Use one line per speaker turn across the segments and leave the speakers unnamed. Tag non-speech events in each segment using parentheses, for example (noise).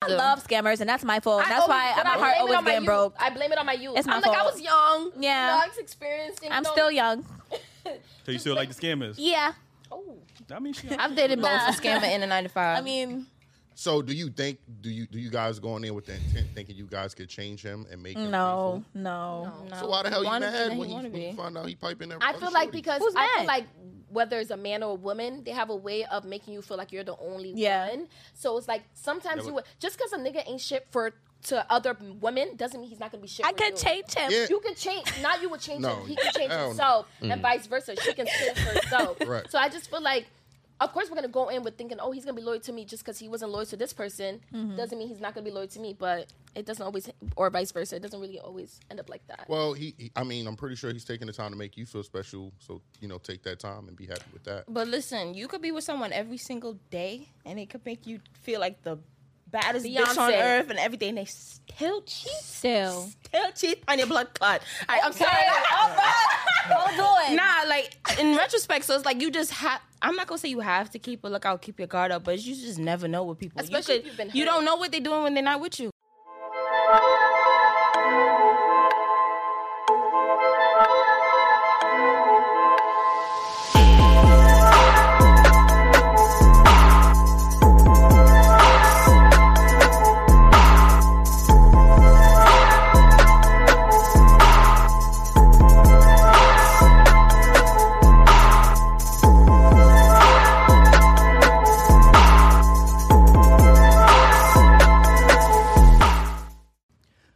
I love scammers, and that's my fault. And that's
always-
why
but
my
I
heart
blame it
always
on my
been
youth.
broke.
I blame it on my youth.
It's
I'm
my
like, I
fault.
was young.
Yeah.
I was experiencing.
I'm
no- (laughs)
still young.
So you still like the scammers?
Yeah,
Oh,
I mean,
(laughs)
she,
I've dated both a scammer and a nine
(laughs)
to five.
I mean,
So do you think do you do you guys go in there with the intent thinking you guys could change him and make him
no,
faithful?
no.
No.
So why the hell you
Wanna be that
mad
he
when you,
wanna
when you
be.
find out he piping that?
I
other
feel like
shorty?
because
Who's
I
mad?
feel like whether it's a man or a woman, they have a way of making you feel like you're the only
Yeah.
one. So it's like sometimes
Yeah,
you
but-
just because a nigga ain't shit for to other women doesn't mean he's not gonna be shit.
I
for
can
you.
change him.
Yeah.
You can change. Not you would change
No,
him. He can change
I don't know.
himself, and vice versa. She can change herself.
(laughs) Right.
So I just feel like. Of course, we're gonna go in with thinking, "Oh, he's gonna be loyal to me just because he wasn't loyal to this person." Doesn't mean he's not gonna be loyal to me, but it doesn't always, or vice versa. It doesn't really always end up like that.
well, he, he I mean, I'm pretty sure he's taking the time to make you feel special. So you know, take that time and be happy with that.
But listen, you could be with someone every single day, and it could make you feel like the baddest bitch on
Beyonce.
earth and everything. They still cheat,
Still,
still cheat on your blood clot. I, I'm sorry.
Oh
don't do it.
Nah, like in retrospect, so it's like you just have. I'm not gonna say you have to keep a lookout, keep your guard up, but you just never know what people.
Especially
you
if you've been
You
hurt.
don't know what they're doing when they're not with you.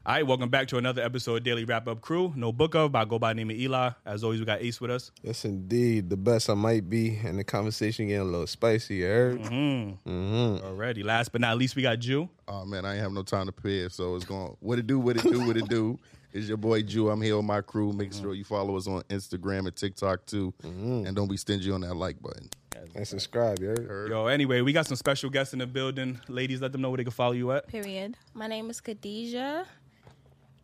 All right, welcome back to another episode of Daily Wrap Up Crew. No book of, but I go by the name of Eli. As always, we got Ace with us.
Yes, indeed. The best I might be, and the conversation getting a little spicy. You heard?
Already. Last but not least, we got Jew.
Oh man, I ain't have no time to prepare, so it's going. What it do? What it do? What it do? It's your boy Jew. I'm here with my crew. Make
Mm-hmm.
sure you follow us on Instagram and TikTok too, and don't be stingy on that like button.
And subscribe. You heard?
Yo, anyway, we got some special guests in the building. Ladies, let them know where they can follow you at.
Period.
My name is Khadija.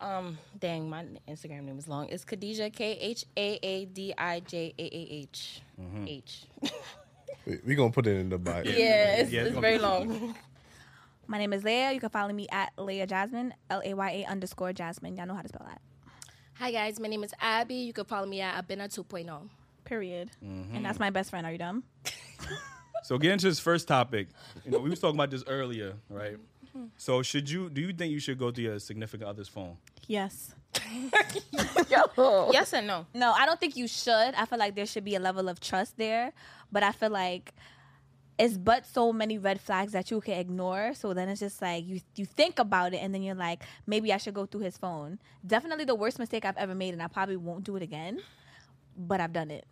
Um, dang, my Instagram name is long. It's Khadija K H A A D I J A A H H. (laughs)
We, we gonna put it in the bio.
Yeah, it's,
Yeah,
it's
okay.
very long.
My name is Leah. You can follow me at Leah Jasmine, L A Y A underscore Jasmine. Y'all know how to spell that.
Hi guys, my name is Abby. You can follow me at Abena oh. 2.0.
Period. And that's my best friend. Are you dumb?
So get into this first topic. You know, we was talking about this earlier, right? So should you do you think you should go through your significant other's phone?
Yes.
yes and no.
No, I don't think you should. I feel like there should be a level of trust there, but I feel like it's but so many red flags that you can ignore. So then it's just like you you think about it and then you're like, maybe I should go through his phone. Definitely the worst mistake I've ever made, and I probably won't do it again. But I've done it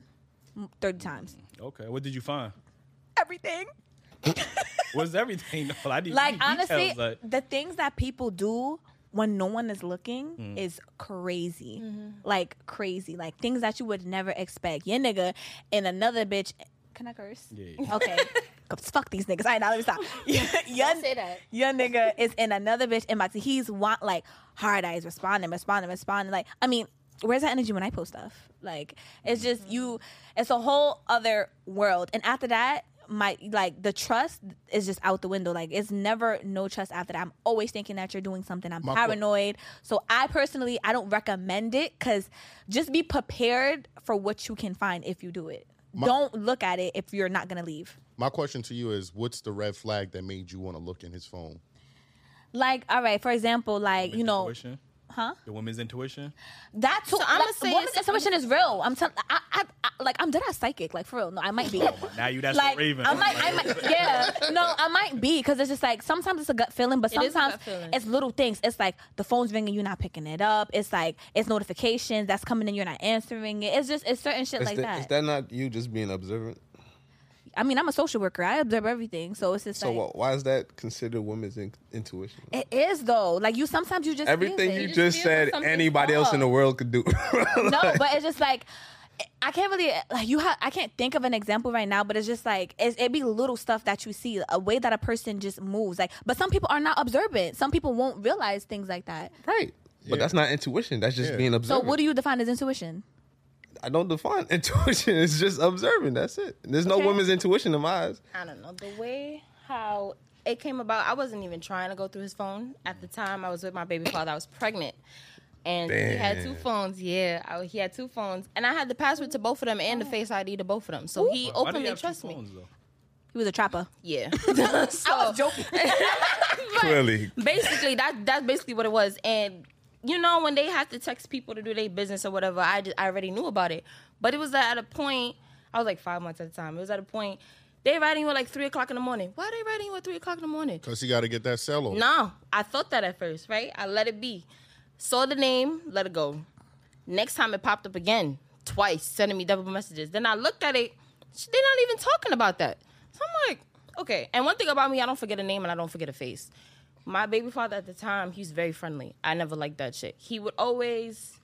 m- thirty times.
Okay. What did you find?
Everything.
What's everything? No, (laughs) I need
Like
need
honestly,
details, like-
the things that people do when no one is looking
Mm.
is crazy.
Mm-hmm.
Like crazy. Like things that you would never expect. Your nigga and another bitch. Can I curse?
Yeah.
(laughs)
Okay. 'Cause Fuck these niggas. All right, now let me stop. (laughs) Your,
Don't say that.
your nigga is in another bitch inbox. He's want like hard eyes responding, responding, responding. Like, I mean, where's that energy when I post stuff? Like, it's just you. It's a whole other world. And after that, my like the trust is just out the window. Like, it's never no trust after that. I'm always thinking that you're doing something. I'm
My qu-
paranoid. So I personally, I don't recommend it because just be prepared for what you can find if you do it. don't look at it if you're not gonna leave.
My question to you is, what's the red flag that made you want to look in his phone?
Like, all right, for example, like you know,
intuition? Huh? The woman's intuition?
that too.
I'ma
like,
say
woman's
it's-
intuition is real. I'm telling, I, I, I, like, I'm dead ass psychic. Like for real, no, I might
Oh,
be.
Now you that's
like,
the Raven.
I might, I might, yeah, no, I might be because it's just like sometimes it's a gut feeling, but
It is a
sometimes
gut feeling.
it's little things. It's like the phone's ringing, you're not picking it up. It's like it's notifications that's coming in, you're not answering it. It's just it's certain shit
Is,
like
that,
that.
is that not you just being observant?
I mean, I'm a social worker. I observe everything, so it's just
So
like
wh- why is that considered women's in- intuition?
it is though. Like you sometimes you just feel
Everything
it.
you
just
just
feel
said,
something's
anybody else in the
off.
world could do. (laughs)
(laughs) no, but it's just like I can't really like you have. I can't think of an example right now, but it's just like it's, it be little stuff that you see, a way that a person just moves. Like, but some people are not observant. Some people won't realize things like that.
right. But that's not intuition. That's just
Yeah.
being
So,
observant.
what do you define as intuition?
I don't define (laughs) intuition. It's just observing. That's it. There's no women's intuition in my eyes.
I don't know the way how it came about. I wasn't even trying to go through his phone at the time. I was with my baby father. I was pregnant, and he had two
Damn.
phones. Yeah, I, he had two phones, and I had the password to both of them and the Face ID to both of them. So he
Why do you
openly
have two
trusts me.
phones, though?
He was a trapper.
Yeah, I was joking.
Clearly,
basically that that's basically what it was and you know when they have to text people to do their business or whatever i just, i already knew about it but it was at a point i was like five months at a time it was at a point they writing you at like three o'clock in the morning why are they writing you at three o'clock in the morning
Cause you got to get that cello.
no i thought that at first right i let it be saw the name let it go next time it popped up again twice sending me double messages then i looked at it sh- they're not even talking about that so i'm like okay and one thing about me i don't forget a name and i don't forget a face my baby father at the time, he's very friendly. I never liked that shit. He would always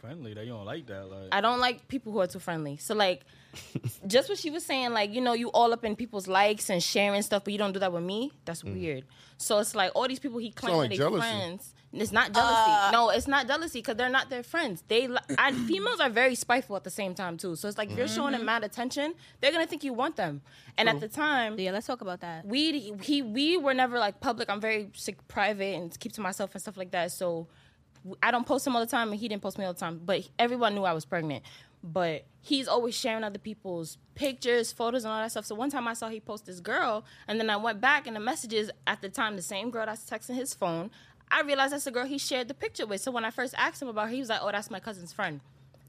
Friendly, they don't like that. Like,
I don't like people who are too friendly. So like (laughs) just what she was saying, like, you know, you all up in people's likes and sharing stuff, but you don't do that with me, that's weird. So Mm. it's like all these people he claims
like
are they
jealousy.
friends. It's not jealousy. no, it's not jealousy because they're not their friends. They (clears throat) li- I, females are very spiteful at the same time too. So it's like if you're showing them mad attention, they're gonna think you want them. And at the time,
Yeah, let's talk about that.
we he we were never like public. I'm very sick, private and keep to myself and stuff like that. So I don't post him all the time, and he didn't post me all the time. But everyone knew I was pregnant. But he's always sharing other people's pictures, photos, and all that stuff. So one time I saw he post this girl, and then I went back and the messages at the time the same girl that's texting his phone. I realized that's the girl he shared the picture with. So when I first asked him about, her, he was like, "Oh, that's my cousin's friend.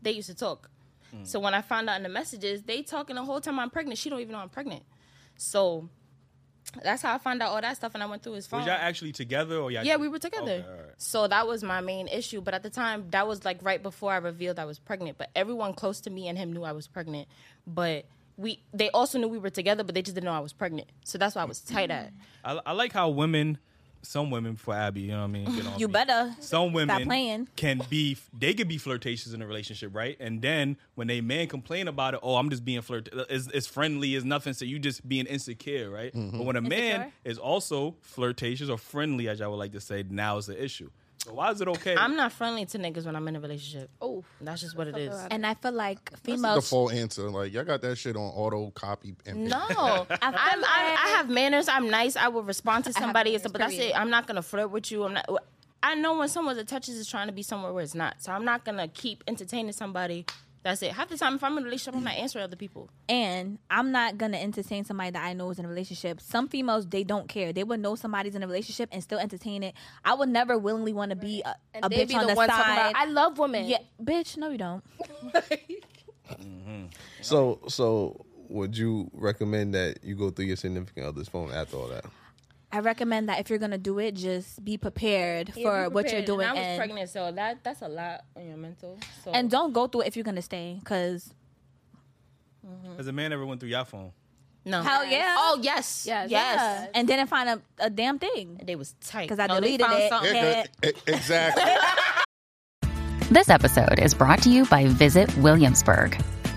They used to talk."
Mm.
So when I found out in the messages, they talking the whole time I'm pregnant. She don't even know I'm pregnant. So that's how I found out all that stuff, and I went through his phone.
was y'all actually together or y'all?
yeah, we were together.
Okay, all right.
So that was my main issue. But at the time, that was like right before I revealed I was pregnant. But everyone close to me and him knew I was pregnant. But we they also knew we were together, but they just didn't know I was pregnant. So that's why I was tight at.
I, I like how women, some women for Abby, you know what I mean?
(laughs)
Get on
You
me.
better
Some women
playing.
can be, they could be flirtatious in a relationship, right? And then when they man complain about it, oh, I'm just being flirt, it's, it's friendly, it's nothing. So you just being insecure, right? But when a man
Insecure?
is also flirtatious or friendly, as I would like to say, now is the issue. So why is it okay?
I'm not friendly to niggas when I'm in a relationship.
Oh,
That's just what it is.
And I feel like
The
females.
full answer, like y'all got that shit on auto copy. And
(laughs) No, I'm, I'm, I have manners. I'm nice. I will respond to somebody, and stuff, but that's it. I'm not gonna flirt with you. I'm not. I know when someone that touches is trying to be somewhere where it's not. So I'm not gonna keep entertaining somebody. That's it. Half the time, if I'm in a relationship, I'm not answering other people.
And I'm not gonna entertain somebody that I know is in a relationship. Some females they don't care. They would know somebody's in a relationship and still entertain it. I would never willingly want to be a, a
they
bitch
be
on
the
the
ones talking
side.
about I love women.
yeah, bitch. No, you don't.
so so would you recommend that you go through your significant other's phone after all that?
I recommend that if you're gonna do it, just be prepared for what you're doing.
And I was
and-
pregnant, so that that's a lot on your mental. So
and don't go through it if you're gonna stay, cause
Has a man ever went through your phone?
no,
hell yeah.
Oh yes, yes.
Yeah. And didn't find a, a damn thing.
They was tight
'Cause I
No, they
deleted
found
it.
something.
Yeah, 'cause- e-
(laughs)
exactly.
This episode is brought to you by Visit Williamsburg.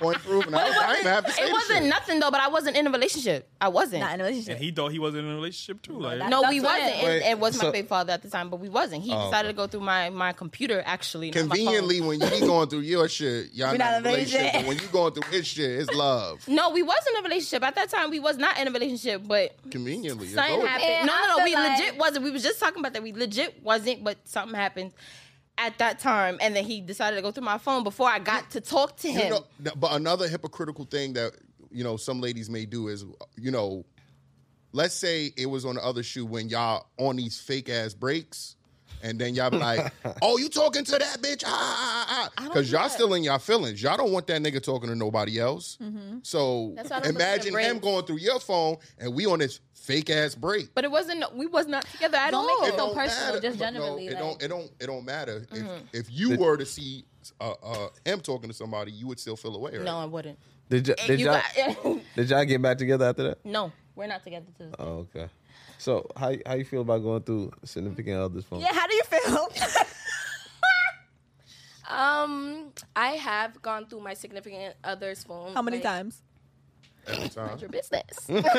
Point proven. I, I didn't have to say
It wasn't
shit.
nothing though, but I wasn't in a relationship. I wasn't.
Not in a relationship.
And he thought he wasn't in a relationship too. Like,
that-
No, we
That's what
wasn't.
it-
It,
Wait,
it was my
so-
big father at the time, but we wasn't. He decided to go through my, my computer actually. not my phone.
Conveniently, when you be going through your shit, y'all
We
not in a relationship.
relationship.
But when you going through his shit, it's
(laughs)
love.
No, we was in a relationship at that time. We was not in a relationship, but
Conveniently, it's
something
over.
happened.
And
No, no,
I
no. We
feel like-
legit wasn't. We was just talking about that. We legit wasn't, but something happened at that time, and then he decided to go through my phone before I got to talk to
You
him.
know, th- but another hypocritical thing that you know some ladies may do is you know, let's say it was on the other shoe when y'all on these fake ass breaks, and then y'all be
(laughs)
like, "Oh, you talking to that bitch?" Ah, ah, ah, because y'all still in y'all feelings. Y'all don't want that nigga talking to nobody else.
Mm-hmm.
So
That's why I don't
imagine
look at
him going through your phone, and we on this fake ass break.
but it wasn't. We was not together at
Don't
all.
make it
It
so
don't
personal,
matter.
just
But
generally,
No, it
like- Mm-hmm.
don't. It don't. It don't matter. If if you were to see uh, uh, him talking to somebody, you would still feel away. Right?
no, I wouldn't.
Did
Eh,
you, did
You
y'all
got- (laughs)
did y'all get back together after that?
no, we're not together. To this.
Oh, okay. So how you- how you feel about going through significant other's phone?
yeah, how do you feel?
Um, I have gone through my significant other's phone.
(laughs) How many
like,
times?
Every time.
(laughs)
Your business. (laughs) but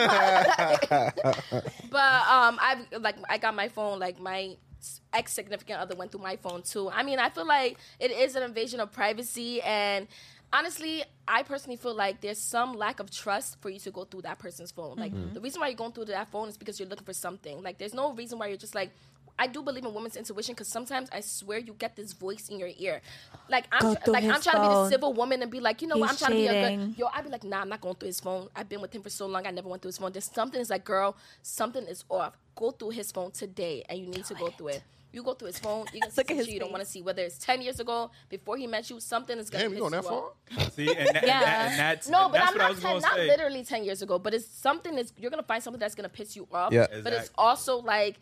um, I've like I got my phone. Like my ex significant other went through my phone too. I mean, I feel like it is an invasion of privacy, and honestly, I personally feel like there's some lack of trust for you to go through that person's phone. Like
Mm-hmm.
the reason why you're going through that phone is because you're looking for something. Like there's no reason why you're just like. I do believe in women's intuition because sometimes I swear you get this voice in your ear. Like I'm,
Go
tr-
through
like I'm
his
trying to be the
phone.
civil woman and be like, you know what, I'm
He's
trying to be a
cheating.
good yo, I'd be like, nah, I'm not going through his phone. I've been with him for so long. I never went through his phone. There's something is like, girl, something is off. Go through his phone today, and you need to go through it. You go through his phone. You can see
Look at
shit
his
you don't
face.
want to see. Whether it's ten years ago, before he met you, something is gonna.
Damn,
piss
you going that
you
far?
off.
See, and, that, and, that, and that's
No,
and
but
that's
I'm
what I
not
was
ten,
gonna
not
say.
literally ten years ago. But it's something is you're gonna find something that's gonna piss you off.
Yeah.
But it's
Exactly.
also like,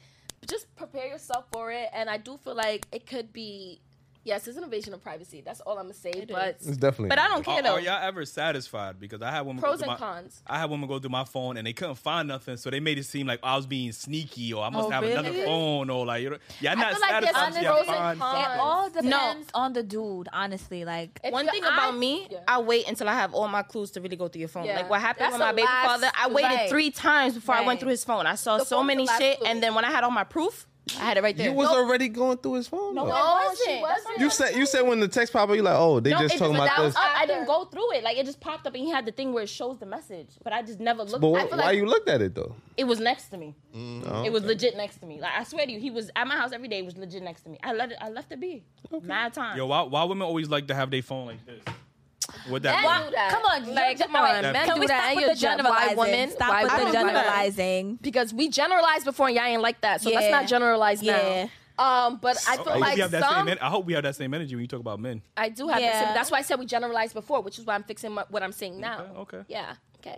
just prepare yourself for it. And I do feel like it could be. Yes, it's an invasion of privacy. That's all I'm gonna say. but
It's definitely.
But I don't care
Are,
though.
are y'all ever satisfied? Because I had women go
Pros
through
and
my-
cons.
I had women go through my phone and they couldn't find nothing, so they made it seem like I was being sneaky or I must
Oh,
have another
really?
phone or like you know, y'all not
feel like there's
satisfied. till y'all
honestly-
find
Pros and
It
cons.
all depends on the dude, honestly. Like,
if
One
you're-
thing about
I-
me,
Yeah.
I wait until I have all my clues to really go through your phone.
Yeah.
Like what
That's
happened with
the
my baby
last-
father, I waited
right.
three times before I
Right.
went through his phone. I saw
The
so
phone's
many
the last
shit,
clue.
and then when I had all my proof, I had it right there.
You was
Nope.
already going through his phone. though.
I
No, she
wasn't. That's
wasn't.
You said you said when the text probably like, oh, they just
it-
talking
but
about
that was
this.
up. I didn't
After.
go through it. Like it just popped up, and he had the thing where it shows the message. But I just never looked.
But
Oh, I
wh-
feel
why
like
you looked at it though?
it was next to me.
Mm,
It was legit next to me. Like I swear to you, he was at my house every day. It was legit next to me. I let it. I left it be. Mad time.
Yo, why, why women always like to have their phone like this? What that?
Men
mean?
do that.
come on, you're
like
gen-
come on,
alright,
men
can
do
we
that.
stop
and
with
you're
the generalizing?
Why women?
Stop
why
with the
women do that? (laughs)
generalizing.
Because we generalized before, and y'all ain't like that. So let's
Yeah.
not generalize
Yeah.
now. Um, but I feel
I hope,
like
we have that
some.
same, en- I hope we have that same energy when you talk about men.
I do have
Yeah.
that. same- That's why I said we generalized before, which is why I'm fixing my, what I'm saying now.
okay.
Yeah. Okay.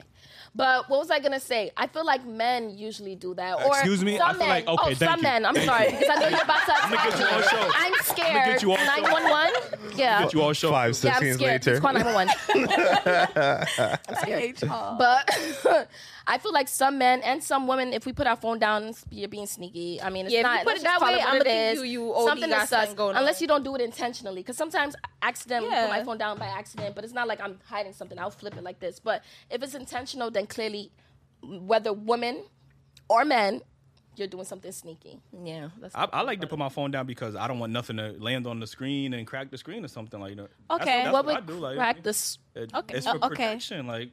But what was I gonna say? I feel like men usually do that. Or
Excuse me? I
Some
feel
men.
like- okay,
oh,
thank
some
you.
men. I'm sorry because I know you're about
(laughs)
to.
gonna get you on show.
I'm scared.
get you on show.
911. Yeah.
Get you all show.
Five,
Yeah,
six
I'm
years
scared. Please
later.
call 911.
(laughs)
But
But (laughs) I feel like some men and some women, if we put our phone down, you're being sneaky. I mean, it's
Yeah, if you
not.
put
let's
it
just
that
call
way,
what
I'ma
it
think
is.
you- you OD
something
got
is sus,
something going on.
unless you don't do it intentionally. Because sometimes I accidentally
Yeah.
put my phone down by accident, but it's not like I'm hiding something. I'll flip it like this. But if it's intentional, then clearly, whether women or men, you're doing something sneaky.
Yeah. That's
I, I like to put my phone down because I don't want nothing to land on the screen and crack the screen or something like that. That's-
Okay.
that's
what
what I
would
do. Like,
crack oh, this?
it-
Okay.
It's for
Uh, okay.
protection. Like,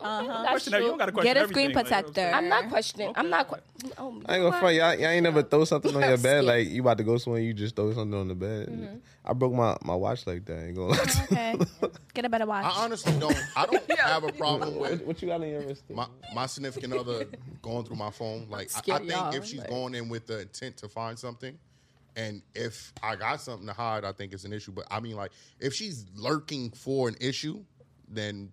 That's
question that- you
true.
don't got to question
Get a screen
everything, like, you know what I'm
protector.
saying?
I'm not questioning. I'm not. Que- oh,
I ain't gonna front y'all, y'all ain't never throw something
(laughs)
on your bed
Scared.
like you about to go somewhere you just throw something on the bed.
Mm-hmm.
I broke my, my watch like that. I Ain't gonna lie.
(laughs)
to you.
(laughs) okay, get a better watch.
I honestly don't. I
(laughs)
don't have a problem with
What, what you got in your wrist?
my, my significant other going through my phone. Like I, I
scared,
think
y'all.
if she's
Like-
going in with the intent to find something, and if I got something to hide, I think it's an issue. But I mean, like if she's lurking for an issue, then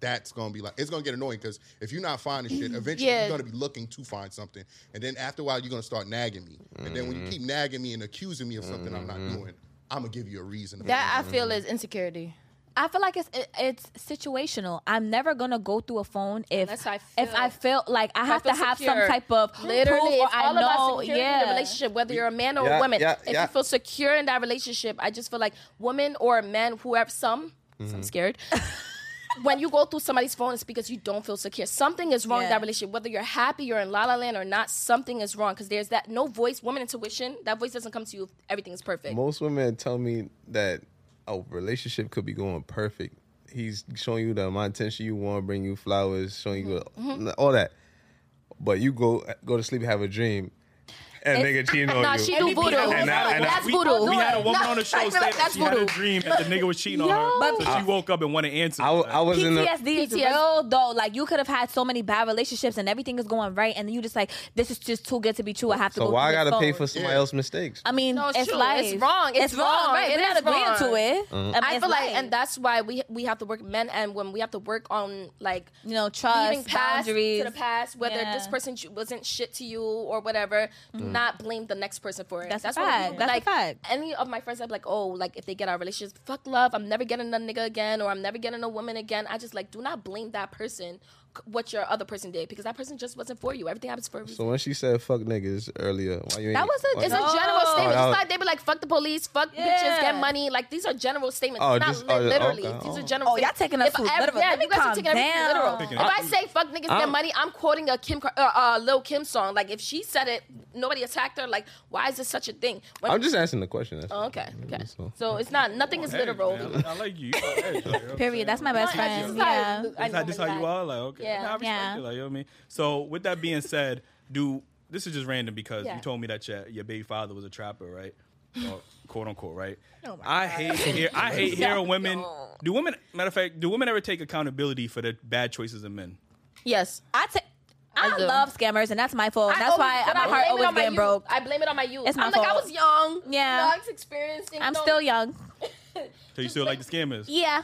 that's gonna be like it's gonna get annoying because if you're not finding shit, eventually
Mm-hmm. Yeah.
you're gonna be looking to find something, and then after a while you're gonna start nagging me, and then
Mm-hmm.
when you keep nagging me and accusing me of something I'm not doing, I'm gonna give you a reason. to
that I feel is insecurity.
I feel like it's it, it's situational. I'm never gonna go through a phone if
Unless I feel-
if I feel like I have
feel
to have
secure.
some type of
Literally,
proof or
it's all
I know.
about security
yeah,
in the relationship, whether you're a man or
Yeah,
a woman.
yeah,
if
yeah.
you feel secure in that relationship, I just feel like women or men, whoever, some,
Mm-hmm.
some scared. (laughs) when you go through somebody's phone, it's because you don't feel secure. Something is wrong in
Yeah.
that relationship. Whether you're happy, you're in la la land or not, something is wrong because there's that no voice, woman intuition. That voice doesn't come to you if everything is perfect.
Most women tell me that a relationship could be going perfect. He's showing you the amount of attention you want, bring you flowers, showing you
Mm-hmm.
all that. But you go go to sleep, have a dream, and nigga
(laughs)
cheating on
Nah,
you.
Ah, she do voodoo.
And I-
and I-
that's
we,
voodoo.
We had a
(laughs)
woman
Nah,
on the show
I feel
say
like
that
that's
she had
voodoo.
a dream that the nigga was cheating on her.
Yo.
So she woke up and wanted answers.
I, w- I was in the
PTSD is
PTSD.
real though. Like you could have had so many bad relationships and everything is going right, and then you just like this is just too good to be true. I have to.
so
go
why I
through this
gotta pay
phone.
for somebody
Yeah.
else's mistakes?
I mean,
No, it's
it's,
true.
life.
It's wrong. It's wrong.
Right?
It
We're
is
not agreeing to
wrong.
it.
Uh-huh.
mean,
I
it's
feel like,
life.
and that's why we we have to work men and women. We have to work on like
you know,
leaving
trust,
past
boundaries.
to the past, whether
Yeah.
this person sh- wasn't shit to you or whatever, do not blame the next person for it.
That's a
what
fact.
people-
That's a
like,
fact.
Any of my friends, I'm like, oh, like if they get out of relationships, fuck love. I'm never getting a nigga again, or I'm never getting a woman again. I just like do not blame that person c- what your other person did because that person just wasn't for you. Everything happens for a reason.
So when she said "fuck niggas" earlier, why you ain't?
That was a,
why
it's
you-
a general statement.
Oh, that was-
It's like they be like, fuck the police, fuck bitches, get money. Like these are general statements.
Oh,
It's not
just-
li-
oh, yeah,
literally.
okay,
These
oh.
are general
Oh, y'all taking us
If
too
I-
literal.
Yeah,
Let me
you guys
calm
are taking everything
down.
literal.
Taking
If I say fuck niggas, get money, I'm quoting a Kim, Kar- uh, uh, Lil Kim song. Like if she said it, nobody attacked her. Like why is this such a thing? When-
I'm just asking the question. that's
Oh,
all.
okay, okay.
So-
So it's not, nothing is
Hey,
literal.
man, I, I like you. You are edgy, you know what I'm
Period.
saying?
That's my best
It's not-
friend.
it's not-
Yeah.
I
Is that just how
normally
you
act.
are? Like, okay.
Yeah.
Nah, I respect
Yeah.
it. Like, you know what I mean? So, with that being said, do this is just random because
Yeah.
you told me that your, your baby father was a trapper,
(laughs)
right? Or, quote unquote, right?
Oh my
I hate hear, I hate
(laughs)
hearing women. Do women, matter of fact, do women ever take accountability for their bad choices in men?
Yes.
I take. I,
do.
love scammers, and that's my fault.
I
That's why
always-
my
but I
heart
blame it
always
on my
getting
youth.
broke.
I blame it on my youth.
It's my
I'm like, I
fault.
was young.
Yeah.
I was experienced.
I'm still young.
So you still like the scammers?
Yeah.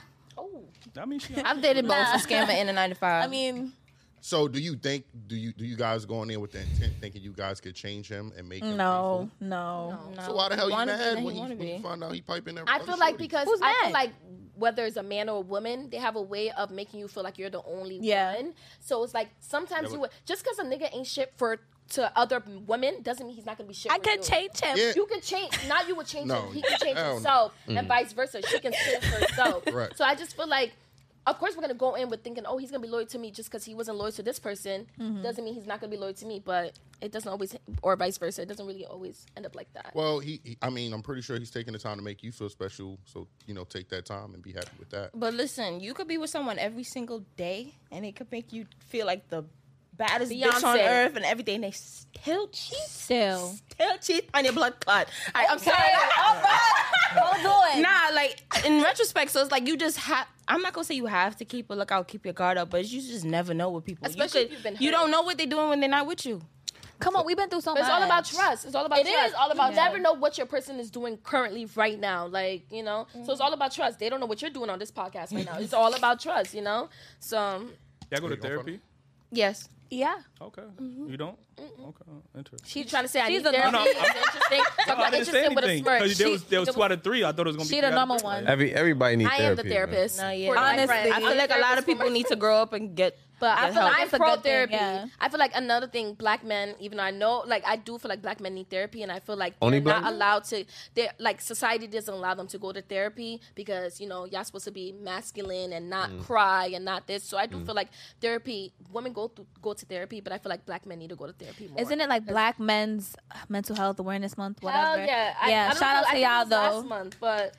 I mean,
(laughs)
she,
I've dated both a scammer and a nine to five.
I mean,
So do you think do you do you guys go in there with the intent thinking you guys could change him and make him
no,
faithful?
no.
So why the hell you
Wanna be
mad
that
when
he
you,
wanna
when you
be.
find out he piping that?
I
other
feel like
shorties?
because
Who's
I feel
mad?
like whether it's a man or a woman, they have a way of making you feel like you're the only
Yeah.
one. So it's like sometimes
Yeah,
you
but-
just because a nigga ain't shit for to other women doesn't mean he's not gonna be shit.
I
for
could
you.
change him.
Yeah.
You can change. Not you would change
No,
him. He can
(laughs)
change
hell no.
himself, and vice versa. She
(laughs)
can change herself.
Mm. Right.
So I just feel like. Of course, we're gonna go in with thinking, "Oh, he's gonna be loyal to me just because he wasn't loyal to this person."
Mm-hmm.
Doesn't mean he's not gonna be loyal to me, but it doesn't always, or vice versa. It doesn't really always end up like that.
Well, he, he- I mean, I'm pretty sure he's taking the time to make you feel special. So you know, take that time and be happy with that.
But listen, you could be with someone every single day, and it could make you feel like the baddest bitch on
Beyonce.
earth and everything. and They still cheat,
Still.
still cheat on your blood clot. I, I'm sorry.
Don't do it.
Nah, like in retrospect, so it's like you just have. I'm not gonna say you have to keep a lookout, keep your guard up, but you just never know what people.
Especially
you
if you've been
You
hurt.
don't know what they're doing when they're not with you.
Come on, we've been through so
But
much.
it's all about trust. It's all about
It
trust.
is all about
you never know what your person is doing currently right now. Like, you know? So it's all about trust. They don't know what you're doing on this podcast right now. It's all about trust, you know? So
y'all go to
you gonna
therapy?
Yes.
Yeah.
Okay.
Mm-hmm.
You don't? Okay.
(laughs)
Interesting.
Oh, she's trying to say I
she's
need
a
therapy.
normal-
It's interesting. Talk
I didn't
about
say
interesting with a
anything.
smirk.
'cause There
She-
was, there was two out of three. I thought it was going to be
She the
two out of
normal
three.
one.
Every everybody needs
I am
therapy.
the
man.
therapist.
No, yeah.
for my
Honestly,
friend.
I feel like a lot of
therapist for
people
my-
need to grow up and get.
But I
get
feel
help.
like I'm
That's a
pro
good thing,
therapy.
yeah.
I feel like another thing, black men, even though I know, like I do feel like black men need therapy, and I feel like
Only
they're not
black men?
allowed to. They're like society doesn't allow them to go to therapy because you know y'all supposed to be masculine and not
Mm.
cry and not this. So I do feel like therapy. Women go to go to therapy, but I feel like black men need to go to therapy more.
Isn't it like Black Men's Mental Health Awareness Month?
Hell
Whatever.
yeah, I,
yeah.
I don't
shout
know,
out
I
to
think it
y'all
was
though.
Last month, but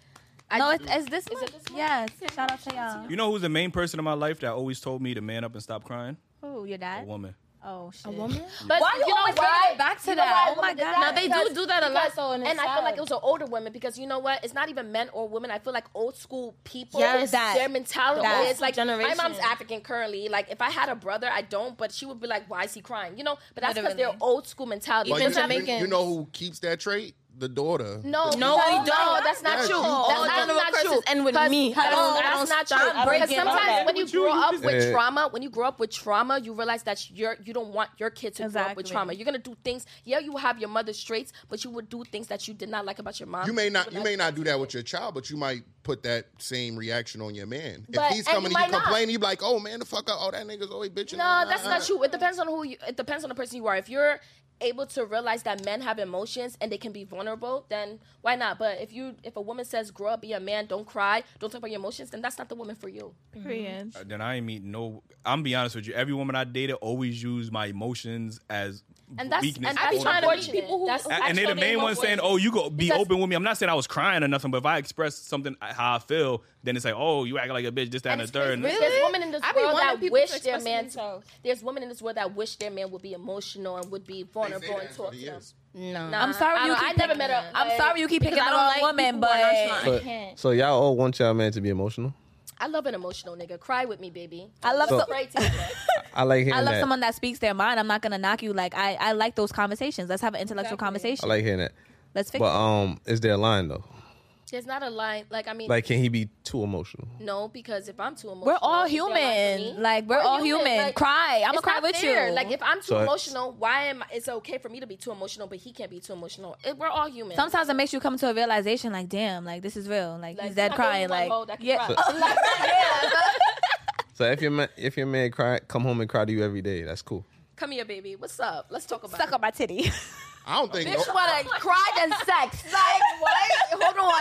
I
No,
do-
it's, it's this month.
it this month?
Yes. Shout out to y'all.
You know who's the main person in my life that always told me to man up and stop crying?
Oh, your
A
dad.
woman.
Oh shit. A
woman?
But
Why you always bringing it back to
You know
that?
why
Oh my
women did
God.
that?
No, they
do
Because-
do that a lot,
because-
though, and
and
it's
I feel like
sad.
it was an older women because you know what? It's not even men or women. I feel like old school people.
Yes, that.
their mentality
That.
is like
Generation.
my mom's African currently. Like if I had a brother, I don't. But she would be like, "Why is he crying?" You know. But that's because their
Literally.
old school mentality.
Well,
Even
you, you-
Jamaicans.
you know who keeps that trait? The daughter.
No,
No, we don't.
No, that's not
Yeah,
true.
you-
All
That's, that's
general
not
curses
true.
end with
'Cause
me. I
that's-
don't- I
that's
don't
not
stop
true. Because
breaking
sometimes
up.
when you
With you,
grow
you
up
just-
with
Yeah.
trauma, when you grow up with trauma, you realize that you're you don't want your kid to grow up with
Exactly.
trauma. You're gonna do things. Yeah, you have your mother's traits, but you would do things that you did not like about your mom.
You may not
would
you may not do that with your child, but you might put that same reaction on your man.
But-
if he's
and
coming
you
to you
might not.
complaining, you be like, "Oh man, the fuck up! Oh that nigga's always bitching."
No, that's
(laughs)
not true. It depends on who you. It depends on the person you are. If you're able to realize that men have emotions and they can be vulnerable, then why not? But if you, if a woman says, "Grow up, be a man, don't cry, don't talk about your emotions," then that's not the woman for you.
Period.
Then I ain't meet no. I'm be honest with you. Every woman I dated always used my emotions as
And that's
weakness.
and
or
that's
be trying to
vulnerability.
meet
unfortunate.
people who-
That's
who
and
actually
they're the main
unfortunate.
one saying, "Oh, you go be
Because-
open with me." I'm not saying I was crying or nothing, but if I express something uh, how I feel, then it's like, "Oh, you acting like a bitch." This, that, and,
it's
the third.
crazy.
And-
There's women in this
I be
world
wanting
that
people to
wish their
express
man.
themselves.
There's women in this world that wish their man would be emotional and would be vulnerable and talk to them.
No.
I'm sorry
I
you
don't-
keep
I never
picking-
met a-
I'm sorry you keep picking
Because I
up
don't
on
like
women,
people who are
but
nonchalant.
But-
can't.
so y'all all want y'all man to be emotional.
I love an emotional nigga. Cry with me, baby.
I love
So-
so,
Pray to me.
I like hearing
I love
that.
someone that speaks their mind. I'm not gonna knock you. Like I, I like those conversations. Let's have an intellectual
I
conversation.
like hearing that.
Let's fix
But um, is there a line though?
There's not a line. Like I mean,
Like, can he be too emotional?
No, because if I'm too emotional,
We're all
if they're
human.
me,
Like, we're all human. Cry. I'ma
it's
cry
not
with
fair.
you.
Like if I'm too
So-
emotional, why am I, it's okay for me to be too emotional, but he can't be too emotional? It, we're all human.
Sometimes it makes you come to a realization, like, damn, like this is real. Like,
Like,
he's dead
I know you
crying.
want
Like,
hoe that can
yeah,
cry. Like, yeah,
So if your man, if your man cry, come home and cry to you every day. That's cool.
Come here, baby. What's up? Let's talk about
(laughs) Suck
it.
on my (laughs) titty.
I don't think.
Bitch wanna cry and sex. Like what? Hold on.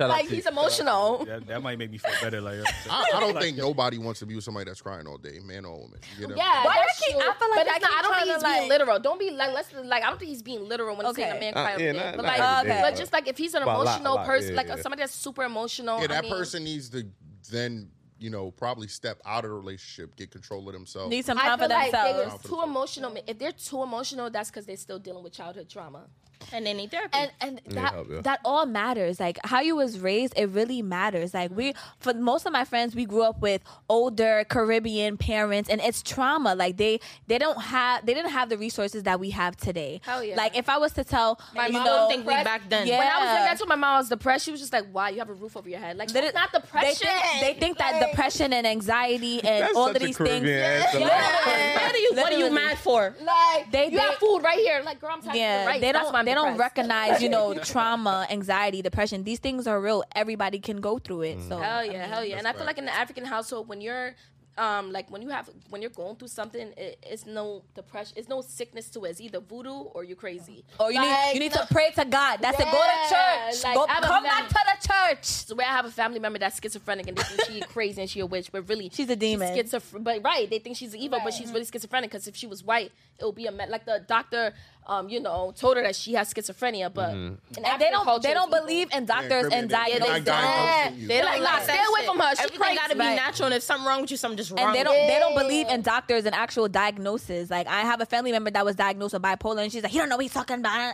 out
like
to-
he's
shout out
emotional.
That, that might make me feel better. Like, uh,
I, I don't think nobody wants to be with somebody that's crying all day, man or woman. You know?
Yeah,
Why
that's
I keep-
true.
I feel like
but
I
it's not, I
keep
don't
trying
think
to,
he's
like-
being literal. Don't be like, let's like, I don't think he's being literal when he's saying
Okay.
a man
Uh, yeah,
cry. over
not-
there. but
not
like,
every day,
but
but-
just like if he's an
But a lot-
emotional
a lot,
person,
yeah,
like
yeah.
somebody that's super emotional.
Yeah, that
I mean,
person needs to then, you know, probably step out of the relationship, get control of themselves.
Need some
I
time for
feel like
themselves.
they're too emotional. If they're too emotional, that's because they're still dealing with childhood trauma.
and they need therapy.
and and that
help, yeah.
that all matters. Like how you was raised, it really matters. Like we, for most of my friends, we grew up with older Caribbean parents, and it's trauma. Like they they don't have they didn't have the resources that we have today.
Hell yeah.
Like if I was to tell
My
you
mom
know,
wouldn't
think we back then.
Yeah.
When I was young, that's when my mom was depressed. She was just like, "Why you have a roof over your head? Like
They
that's
didn't-
not depression.
They think, they think that
Like-
depression and anxiety and
That's
all
such
of
a
these
Caribbean
things.
answer.
Yeah.
Yeah.
what are you what are you
Literally.
mad for?
Like
They-
they, you have
they-
food right here. Like, girl, I'm tired.
Yeah,
of right.
they
That's
don't.
why I'm
They don't
depressed.
recognize, you
(laughs)
know, trauma, anxiety, depression. These things are real. Everybody can go through it. So
Hell yeah, hell yeah. And I feel
right.
like in the African household, when you're um, like when you have when you're going through something, it, it's no depression, it's no sickness to it. It's either voodoo or you're crazy.
Or you need
Like,
you need
no-
to pray to God. That's it. Go
Yeah,
to church.
like,
Go,
I'm a
come back
man.
to the church.
So where I have a family member that's schizophrenic and they think (laughs) she crazy and she a witch, but really
She's a demon.
She's schizophr- but right, they think she's evil, but she's really schizophrenic. Because if she was white, it would be a me- like the doctor, um, you know, told her that she has schizophrenia, but in
And they
African
don't
culture,
they
it's
don't
evil.
believe in doctors
Caribbean,
and
they-
diagnosis.
they diagnose
And
you.
They're like, nah,
Like
stay
that
away
shit.
from her. She
Everything got to be
crazy.
natural, and if something wrong with you, something just wrong.
they
with
don't
you.
they don't believe in doctors and actual diagnosis. Like I have a family member that was diagnosed with bipolar and she's like, You don't know what he's talking about.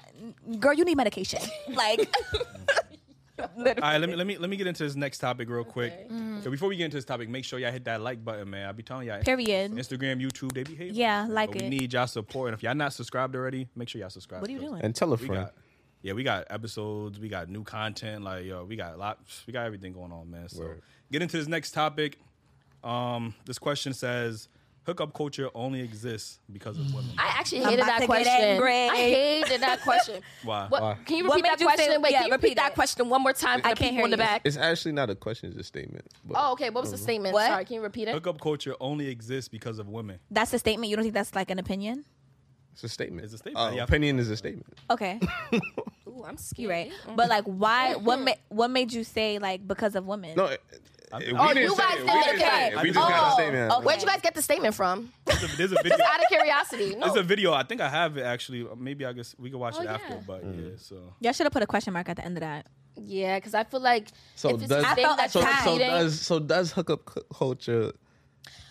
Girl, you need medication. (laughs)
(laughs)
Like
All right, let me let me let me get into this next topic real quick.
Mm-hmm.
So before we get into this topic, make sure y'all hit that like button, man. I be telling y'all.
Period.
Instagram, YouTube, they be hating.
Yeah, like
But We
it.
need y'all support, and if y'all not subscribed already, make sure y'all subscribe.
What are you
to us.
doing?
And tell a
We
friend.
got, yeah, we got episodes, we got new content. Like yo, we got lots, we got everything going on, man. So
Word.
get into this next topic. Um, this question says, "Hookup culture only exists because of women."
I actually
I'm
hated
about to
that
get
question.
angry.
I hated that question.
Why?
What,
(laughs) Why?
Can you
What
repeat
made
that
you say-
question? Wait,
yeah,
can you
repeat
repeat that
it.
question one more time for
I
the
can't
people
hear
in the
you. Mm-hmm.
back?
It's actually not a question; it's a statement. But
Oh, okay. What was the statement?
What?
Sorry, can you repeat it?
Hookup culture only exists because of women.
That's a statement. You don't think that's like an opinion?
It's a statement.
It's a statement,
Uh,
yeah.
Opinion is a statement.
Okay.
Ooh, I'm
You're
scared.
right. But like why
Mm-hmm.
what ma- what made you say like because of women?
No, it, it, we
you
didn't say
guys
it.
said
We didn't
okay.
say it.
I
We
just-
just got a
Oh,
statement.
okay.
Where'd you guys get the statement from?
There's a, there's a
(laughs)
video.
Out of
(laughs)
curiosity. No.
There's a video. I think I have it actually. Uh, Maybe I guess we can watch
Oh,
it
yeah.
after. But yeah, so
Y'all should have put a question mark at the end of that.
yeah, because I feel like
So
if it's
does-
a
I
statement
felt
that's
So,
attacked.
so
misleading-
does so does hookup cu- culture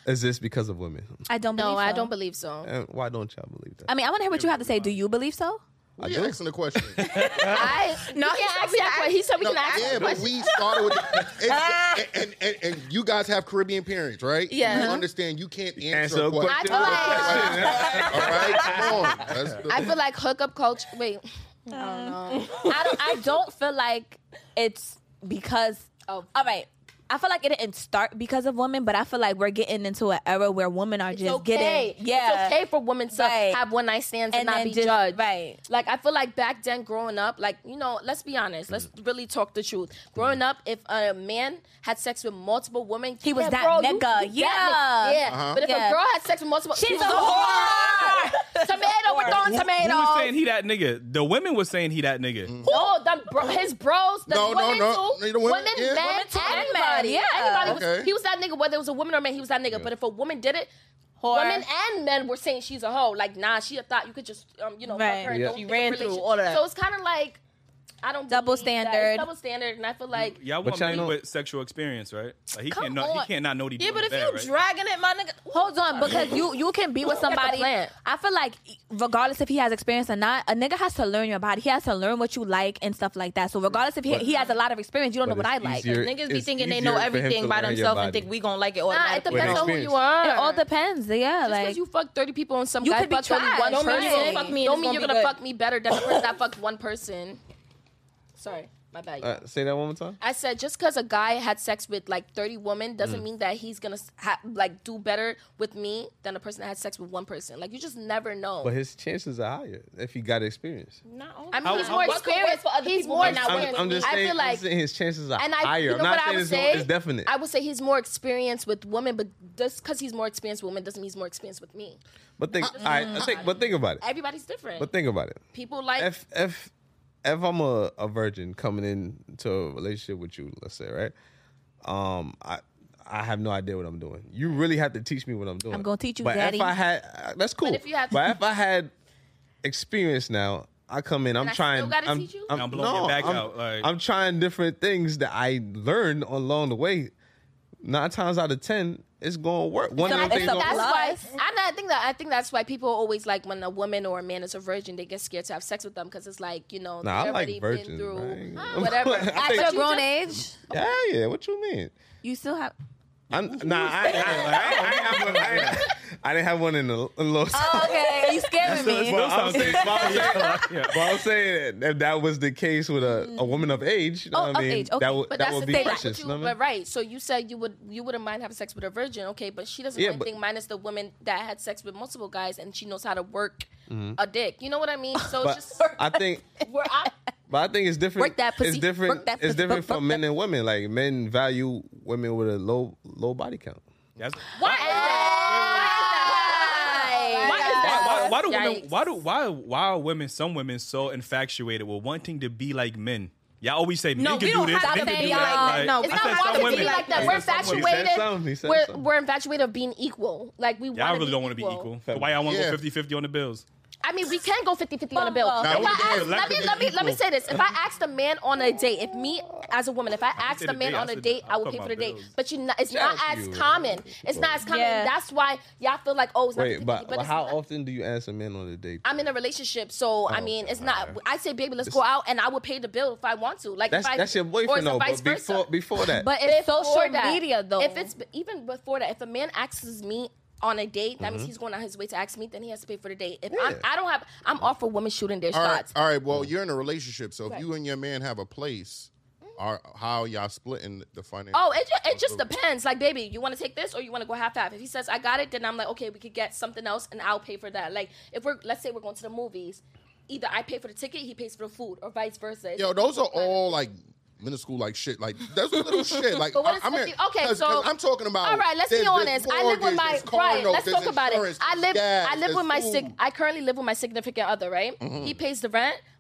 exist because of women?
I don't believe
no,
so.
I don't believe so.
And why don't y'all believe that?
I mean, I want to hear what you have to say. Do you believe so?
I you asking the
(laughs)
question.
I no, (laughs) he can't ask me that. que- He said we
No,
can ask.
yeah,
that
but
question.
we started
(laughs)
with and, and, and, and you guys have Caribbean parents, right?
Yeah.
You understand you can't answer,
Answer
a
a
question.
I
question.
feel like
All right, come on. That's the,
I feel like hookup culture. Wait, I don't know.
I don't, I don't feel like it's because
Oh.
all right. I feel like it didn't start because of women, but I feel like we're getting into an era where women are
It's
just
okay.
getting yeah.
It's okay for women to
Right.
have one night stands and,
And
not
then
be
just-
judged.
right.
Like I feel like back then growing up, like, you know, let's be honest. Let's
Mm.
really talk the truth. Growing up, if a man had sex with multiple women,
He was
yeah,
that
bro, you-
nigga.
that
Yeah.
nigga. Yeah.
Uh-huh.
But if
Yeah.
a girl had sex with multiple
She's a whore.
(laughs) tomato,
Who-
we're throwing
Who was saying
tomatoes.
he that nigga? The women was saying he that nigga.
No, them Oh, bro, his bros, the
No, no,
women
no.
too,
The women,
women,
yeah.
men,
Women
too, and men,
everybody.
yeah.
Everybody was,
Okay.
he was that nigga, whether it was a woman or a man, he was that nigga. But if a woman did it,
Whore.
women and men were saying she's a hoe. Like, nah, she a thought you could just, um, you know,
Right.
fuck her. and
Yeah.
don't
You
get a
ran through
relation-
all of that.
So it's kind of like, I don't
Double
believe that. It's
standard.
double standard, and I feel like
Y'all
But
want
y'all
me
know-
with sexual experience, right? Like he
Come
can't know, he
on.
can't not know what he
Yeah,
doing
but if
bad,
you
right?
dragging it, my nigga,
Hold on, because you you can be with
(laughs)
somebody.
plant.
I feel like regardless if he has experience or not, a nigga has to learn your body. He has to learn what you like and stuff like that. So regardless if he, he has a lot of experience, you don't know what
But
I
it's
like.
easier-
niggas be
it's
thinking they
easier
know
for him to
everything by
learn your
themselves and
body.
think we gonna like it
nah, it
automatically.
depends on who
experience.
you are.
It all depends. Yeah,
Just
like
because you fuck 30 people and some
You
guy
could be
fucked only
trash.
one
Don't mean
person,
you're gonna
fuck me and
don't
it's
mean
gonna
you're
be
gonna
good.
fuck me better than the person that fucked one person. Sorry. My bad.
Uh, say that one more time.
I said just because a guy had sex with like 30 women
Mm.
doesn't mean that he's gonna s- ha- like do better with me than a person that had sex with one person. Like you just never know.
But his chances are higher if he got experience.
Not all.
I mean,
How-
he's
how-
more
what
could work
experienced.
for other
he's
people
more
might not
experienced.
work
I'm,
with
I'm
me.
just
I
saying,
feel like,
I'm saying his chances are
and I,
higher.
you know
I'm
what
not
I
saying
would
it's,
say?
it's definite.
I would say he's more experienced with women, but just because he's more experienced with women doesn't mean he's more experienced with me.
but think,
Mm-hmm.
all right, I think, but think about it.
Everybody's different.
But think about it.
People like
if if if I'm a, a virgin coming into a relationship with you, let's say, right? Um, I I have no idea what I'm doing. You really have to teach me what I'm doing.
I'm gonna teach you,
but
daddy.
if I had, uh, that's cool.
if you have-
but if I had experience now, I come in. I'm
I still
trying.
gotta
I'm,
teach you?
I'm,
I'm blowing
no,
your back
I'm,
out, like-
I'm trying different things that I learned along the way. Nine times out of ten, it's gonna work. One
a-
of the
it's
things
a
gonna
that's
work.
why
Plus-
I, I think that I think that's why people always like when a woman or a man is a virgin, they get scared to have sex with them because it's like you know
Nah, I
they've
like
already been
virgins,
through
right?
Ah, whatever.
(laughs) I
But
At
think-
you
your grown age,
just-
Yeah, yeah. What you mean?
you still have.
I'm, nah, I, I, I, I, didn't have one, I, didn't, I didn't have one in the in Los.
Oh, okay, (laughs) you scaring me.
But I'm saying, but I'm saying,
Yeah.
but I'm saying that if that was the case with a, a woman of age, you know
Oh,
what I
of
mean?
age, okay.
That would
But
that
that's
would
the
be
thing.
precious.
but,
you
you,
know what I mean?
but right, so you said you would you wouldn't mind having sex with a virgin, okay? But she doesn't
Yeah,
know
but-
anything minus the woman that had sex with multiple guys, and she knows how to work
Mm-hmm.
a dick. You know what
(laughs)
I mean? So
But
it's just
I think,
(laughs) we're I,
but I think it's different.
Work that pussy,
It's different.
work that
it's
pussy,
different
work- work
for men
that-
and women. Like men value women with a low low body count.
That's,
why is that? Why is that?
why, why, why do
Yikes.
women? Why do why why are women? Some women so infatuated with wanting to be like men. Y'all always say men
No,
can
we
do
don't
this.
have
men
to
can
be
do
like
that.
men. No,
It's
I
I said
not
some
about to be
women.
like that.
I
We're
said some women.
infatuated. He said something. He
infatuated.
said
We're,
something.
we're infatuated of being equal. Like we
Y'all
wanna
really
be
don't want to be equal. So why y'all want to
Yeah.
go 50-50 on the bills?
I mean, we can go 50-50 on a bill.
Bumble.
If
That
I
would be
ask,
good.
let me
That
let
would be
me let me
equal.
say this: If I asked a man on a date, if me as a woman, if I asked
said
a
a
man
date. I
on a
said-
date,
I'm
I would
talking
pay for the
about
date.
bills.
But you, not, it's
Shout
not
out to
as
you.
common. It's not as common.
Yeah.
That's why y'all feel like, oh, it's not.
Wait,
50-50,
but, but
it's
how
not.
often do you ask a man on a date?
I'm in a relationship, so I
Oh,
mean,
okay,
it's not.
alright.
I say, baby, let's go out, and I would pay the bill if I want to. Like,
That's
if I,
that's your
or
boyfriend,
it's
though.
a vice
But before
versa.
before that,
But it's
Before
social
that,
media though.
If it's even before that, if a man asks me on a date, that means he's going on his way to ask me. Then he has to pay for the date. If I'm,
Mm-hmm. Yeah.
I don't have, I'm all for women shooting their
All right,
shots.
all right. Well, you're in a relationship, so if you and your man have a place, are how y'all splitting the financial?
Oh, it, ju- it just depends. Like, baby, you want to take this or you want to go half half? If he says I got it, then I'm like, okay, we could get something else, and I'll pay for that. Like, if we're let's say we're going to the movies, either I pay for the ticket, he pays for the food, or vice versa. It's
Yo, those are all like middle school like shit. Like that's little shit. Like
(laughs) But what is
I, I mean,
50 okay,
'cause-
so-
'cause I'm talking about.
All right, let's
there's-
be
there's
honest. I live with
mortgage,
my
there's car
right.
notes,
Let's
there's
talk about it.
insurance,
I
there's
live.
gas,
I live
there's
with my
food.
sig- I currently live with my significant other. Right, he pays the rent,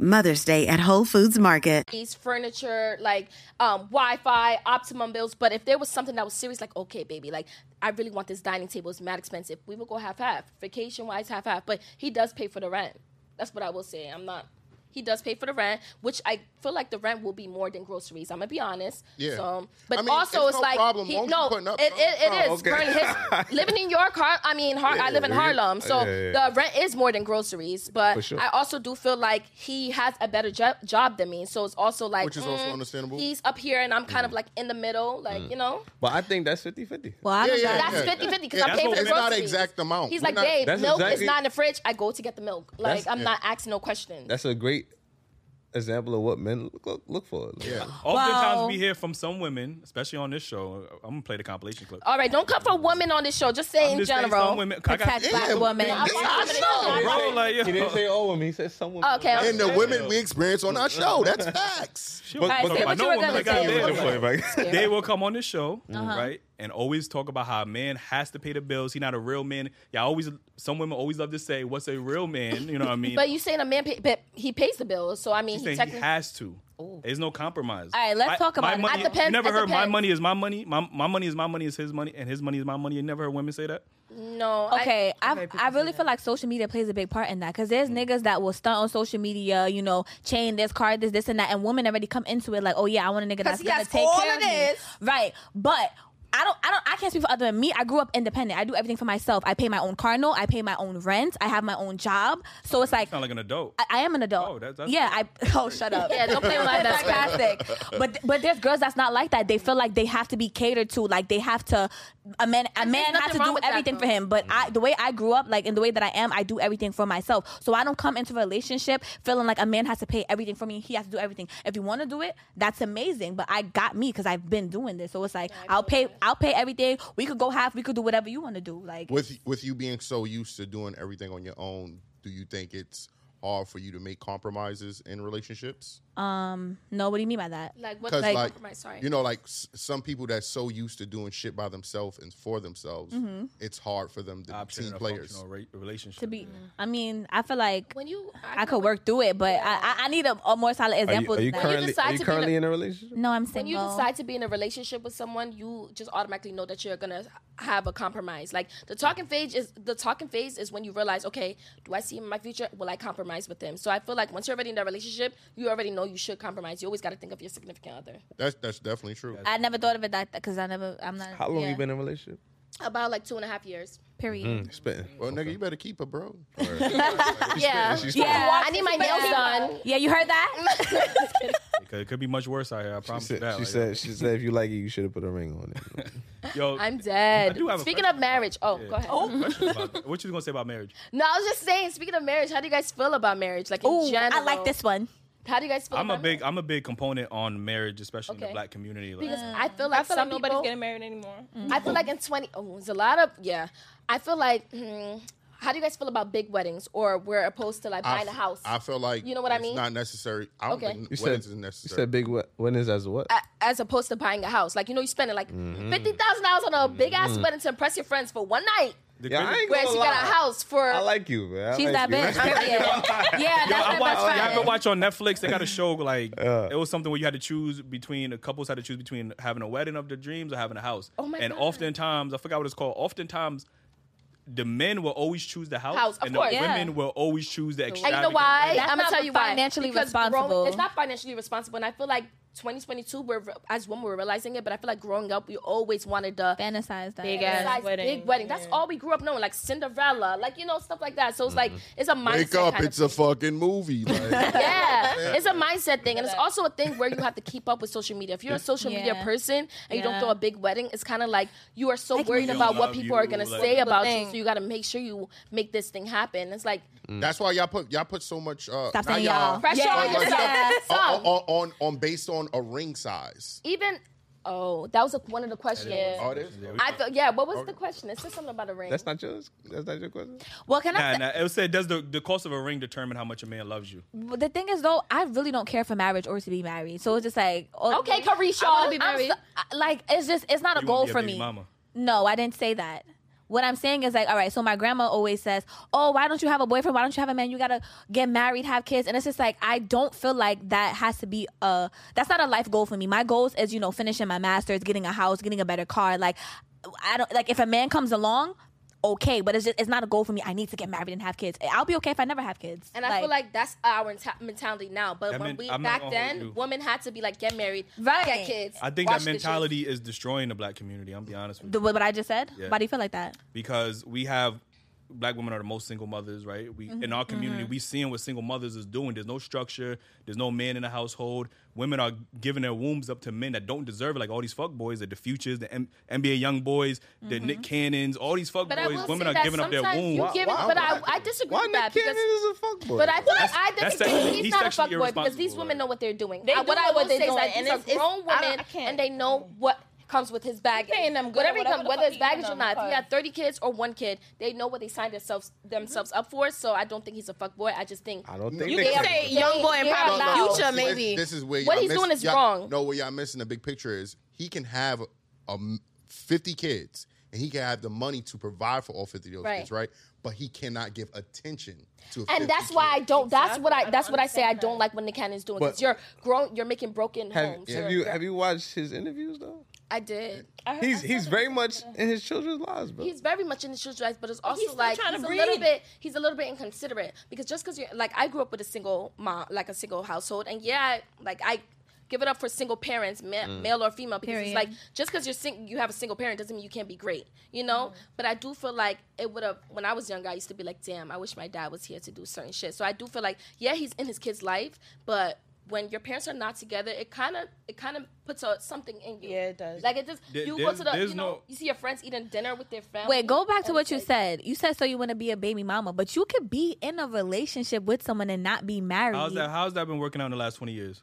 Mother's Day at Whole Foods Market.
these furniture, like um, Wi-Fi, optimum bills. But if there was something that was serious, like okay, baby, like I really want this dining table. It's mad expensive. We would go half half. Vacation wise, half half. But he does pay for the rent. That's what I will say. I'm not. He does pay for the rent, which I feel like the rent will be more than groceries. I'm gonna be honest.
Yeah.
So, but
I mean,
also
it's
it's,
no
like
problem.
he,
Won't you
no,
putting up
it, it, it is
something?
Oh, okay. (laughs)
currently his- living in York. Har- I mean, Har- I live in
Yeah, yeah, yeah.
Harlem, so
Yeah, yeah, yeah.
the rent is more than groceries.
For
But
sure.
I also do feel like he has a better jo- job than me, so it's also like mm,
Which is also understandable. Mm.
He's up here and I'm kind of like in the middle, like, you know?
but I think that's 50-50.
well, I don't
Yeah,
got
yeah,
it.
That's 50 50 because
Yeah,
I'm
that's
paying
what
for the
we're not
groceries.
exact amount.
He's
We're
like,
not-
babe,
that's
milk
exactly-
is not in the fridge. I go to get the milk. Like,
That's-
I'm not asking no questions.
That's a great example of what men look look, look for. Like,
Yeah.
Oftentimes
Wow.
we hear from some women, especially on this show. I'm gonna play the compilation clip.
Oh,
All right, don't come for women on this show. Just say in
Just saying
general.
some women, I got,
Protect black
Yeah,
women.
yeah,
I'm
yeah.
watching women.
bro, like, yo.
He didn't say all women. He said someone.
Oh, Okay, I'm-
And the women we experience on our show. That's facts.
She was
All right,
talking
say
about
what you
no
were
woman,
gonna
like, I
(laughs)
Uh-huh.
say.
did. they will come on this show, right? and always talk about how a man has to pay the bills. He's not a real man. Yeah, I always some women always love to say, "What's a real man?" You know what I
(laughs)
mean?
But you saying a man, pay, but he pays the bills, so I mean,
He's
he
saying he
technically.
has to. There's no compromise.
All right, let's talk
my
about it.
money-
It
depends-
you never
it
heard my
depends.
money is my money. My, my money is my money is his money, and his money is my money. You never heard women say that.
no, I-
Okay, I I really feel like social media plays a big part in that because there's
Mm.
niggas that will stunt on social media, you know, chain this card, this, this, and that, and women already come into it like, oh yeah, I want a nigga that's
'Cause he
gonna
has
take
all
care of
of
me,
this.
right? But I don't, I don't, I can't speak for other than me. I grew up independent. I do everything for myself. I pay my own car note. I pay my own rent. I have my own job. So it's like
Sound like an adult.
I, I am an adult.
Oh, that's- that's-
yeah, I (laughs) oh shut up.
Yeah, don't play with my best friend.
sarcastic. But but there's girls that's not like that. They feel like they have to be catered to. Like they have to a man a man
nothing
has to
wrong
do
with that,
everything for
though.
him. But
Mm.
I the way I grew up, like in the way that I am, I do everything for myself. So I don't come into a relationship feeling like a man has to pay everything for me. He has to do everything. If you want to do it, that's amazing. But I got me because I've been doing this. So it's like I'll pay I'll pay everything. We could go half. We could do whatever you want to do. Like
With with you being so used to doing everything on your own, do you think it's hard for you to make compromises in relationships?
no, what do you mean by that?
like what's
Because
the
like,
compromise? Sorry,
you know, like s- some people that's so used to doing shit by themselves and for themselves,
Mm-hmm.
it's hard for them to be
Option
team
in a
players.
functional re- relationship.
To be, I mean, I feel like
Mm. when you,
I could work through it, but I I, I need a, a more solid
Are you,
example.
are you
than that.
currently
decide
are you
to be in
currently
a-
in a relationship?
No, I'm single.
When you decide to be in a relationship with someone, you just automatically know that you're gonna have a compromise. Like the talking phase is the talking phase is when you realize, okay, do I see him in my future? Will I compromise with him? So I feel like once you're already in that relationship, you already know you should compromise. You always got to think of your significant other.
That's that's definitely true.
I never thought of it that because I never. I'm not.
How long
yeah,
you been Mm-hmm. in a relationship?
About like two and a half years.
Period.
Hmm.
Spitting.
well, nigga, you better keep it, bro.
(laughs) Yeah, yeah. I need my nails done.
Yeah, you heard that? (laughs)
It could, it could be much worse out here. I promise
She
you that.
said, she
Like,
said, she said, if you like it, you should have put a ring on it.
yo, (laughs)
I'm dead.
I do have a
Speaking
question.
of marriage, oh, go ahead.
I have a question about that. what you gonna say about
(laughs)
marriage?
No, I was just saying. Speaking of marriage, how do you guys feel about marriage? Like in
Ooh,
general,
I like this one.
How do you guys feel?
I'm a
about
big
marriage?
I'm a big component on marriage, especially in
Okay.
the black community. Like,
because Mm. I feel like
I feel
some
like nobody's
people,
getting married anymore.
I feel like in 20, oh, it's a lot of, yeah. I feel like, hmm, how do you guys feel about big weddings or we're opposed to like
I
buying a
f-
house?
I feel like
You know what I
it's
mean?
Not necessary. I don't
Okay.
think
You said,
weddings is
you
necessary.
said big we- weddings as what?
As opposed to buying a house. Like, you know, you're spending like
Mm-hmm.
$50,000 on a big ass wedding to impress your friends for one night.
the
Yeah, I
crazy-
ain't
Whereas
gonna
you got a
lie.
house for.
I like you, man. I
She's
like
that
(laughs)
bitch.
you.
Period. yeah, that's
I
my
watched,
best
oh, you
friend.
ever watch on Netflix? They got a show
(laughs)
like it was something where you had to choose between the couples had to choose between having a wedding of their dreams or having a house. Oh
my
and
God.
oftentimes, I forgot what it's called. Oftentimes, the men will always choose the house,
House, of
and
course.
the
Yeah.
women will always choose the
And
extravagant.
you know why?
wedding.
That's
I'm gonna
not
tell you why.
financially
Because grown-
responsible.
it's not financially responsible, and I feel like 2022, we're as women we're realizing it. But I feel like growing up, we always wanted the
Fantasize that.
Big
big
ass
size,
wedding.
big wedding. That's all we grew up knowing, like Cinderella, like you know stuff like that. So it's like it's a mindset.
Mm-hmm. Wake up!
kind of
It's a
thing.
fucking movie.
(laughs)
Like,
yeah, it's a mindset thing, and it's also a thing where you have to keep up with social media. If you're a social media
Yeah.
person and you don't
Yeah.
throw a big wedding, it's kind of like you are so worried
don't
about what
love
people
you,
are gonna
like-
say
People
about you,
think.
so you got to make sure you make this thing happen. It's like
That's why y'all put y'all put so much uh,
Stop
not
saying y'all.
pressure
Yeah.
on yourself.
Yeah.
on,
Some.
on, on on based on a ring size.
even oh, that was a, one of the questions.
Oh, it is?
I thought yeah. What was the question? It said something about a ring.
That's not yours. That's not your question.
Well, can I?
Nah,
say-
nah, it was said does the, the cost of a ring determine how much a man loves you?
But the thing is, though, I really don't care for marriage or to be married. So it's just like, oh,
Okay, Carisha.
I wanna be
I'm
married.
so-
like, it's just, it's not a
You wanna
goal
be a
for
baby
me.
mama.
No, I didn't say that. What I'm saying is like, all right. So my grandma always says, "Oh, why don't you have a boyfriend? Why don't you have a man? You gotta get married, have kids." And it's just like I don't feel like that has to be a. That's not a life goal for me. My goals is you know finishing my masters, getting a house, getting a better car. Like I don't like if a man comes along, okay. But it's just it's not a goal for me. I need to get married and have kids. I'll be okay if I never have kids.
And I feel like that's our enta- mentality now. But
That
when
men-
we
I'm not
back
gonna hold
then,
you.
women had to be like, get married,
Right.
get kids.
I think
wash
that
dishes.
mentality is destroying the black community. I'm be honest with you.
The- what I just said.
Yeah.
Why do you feel like that?
because we have black women are the most single mothers, right? We
Mm-hmm.
in our community, we seeing what single mothers is doing. There's no structure. There's no man in the household. Women are giving their wombs up to men that don't deserve it, like all these fuck boys, the futures, the M- NBA young boys, the Nick Cannons, all these fuck
Mm-hmm. But I
boys.
will
Women
say
are
that
giving up their
sometimes
womb.
you give it-
Why-
but I,
why-
I disagree
Why
with that
Nick Cannon
because.
is a fuckboy?
But I feel like
That's-
I think
that's
he's,
sexually-
he's
he's
not a
sexually
fuckboy because these
irresponsible,
women know
right?
what they're doing.
They
I-
do
what I
know
would
what
say
they're
is that
doing, and
these are
it's- it's-
grown
I don't-
women
I can't.
and they know what comes with his baggage.
paying them good
whatever
or
he
whatever
comes,
the
whether
fuck
it's
he
baggage
done,
or not. If he
because-
had 30 kids or one kid, they know what they signed themselves themselves up for. So I don't think he's a fuckboy. I just think
I don't think
You
they
can
could.
say
young boy and
They're
probably
allowed.
future,
See,
maybe.
This, this is where
What
y'all
he's
miss-
doing is
y'all-
wrong.
No, what y'all missing the big picture is he can have a, 50 kids and he can have the money to provide for all 50 of those
Right.
kids, right? But he cannot give attention to 50
And that's why I
kids.
don't. That's what
I
I.
don't
That's what I say. I
understand
don't
that.
like when the canon's doing.
But-
Because you're grown. You're making broken
Have,
homes.
have
You're-
you
you're-
have you watched his interviews though?
I did.
He's he's very much in his children's lives, bro.
He's very much in the children's life, but it's also
still
like
trying to
he's a
breathe.
little bit. He's a little bit inconsiderate because just because you're like I grew up with a single mom, like a single household, and yeah, like I give it up for single parents, ma-
Mm.
male or female, because it's
Period.
like just because you're sing- you have a single parent doesn't mean you can't be great, you
Mm.
know. But I do feel like it would have when I was younger. I used to be like, damn, I wish my dad was here to do certain shit. So I do feel like yeah, he's in his kid's life, but. When your parents are not together, it kind of it kind of puts a, something in you.
Yeah, it does.
Like it just
There-
you go
there's-
to the
there's
you know
no-
you see your friends eating dinner with their family.
Wait, go back to
and
what
it's
you
like-
said. You said so you want to be a baby mama, but you could be in a relationship with someone and not be married.
How's that? How's that been working out in the last twenty years?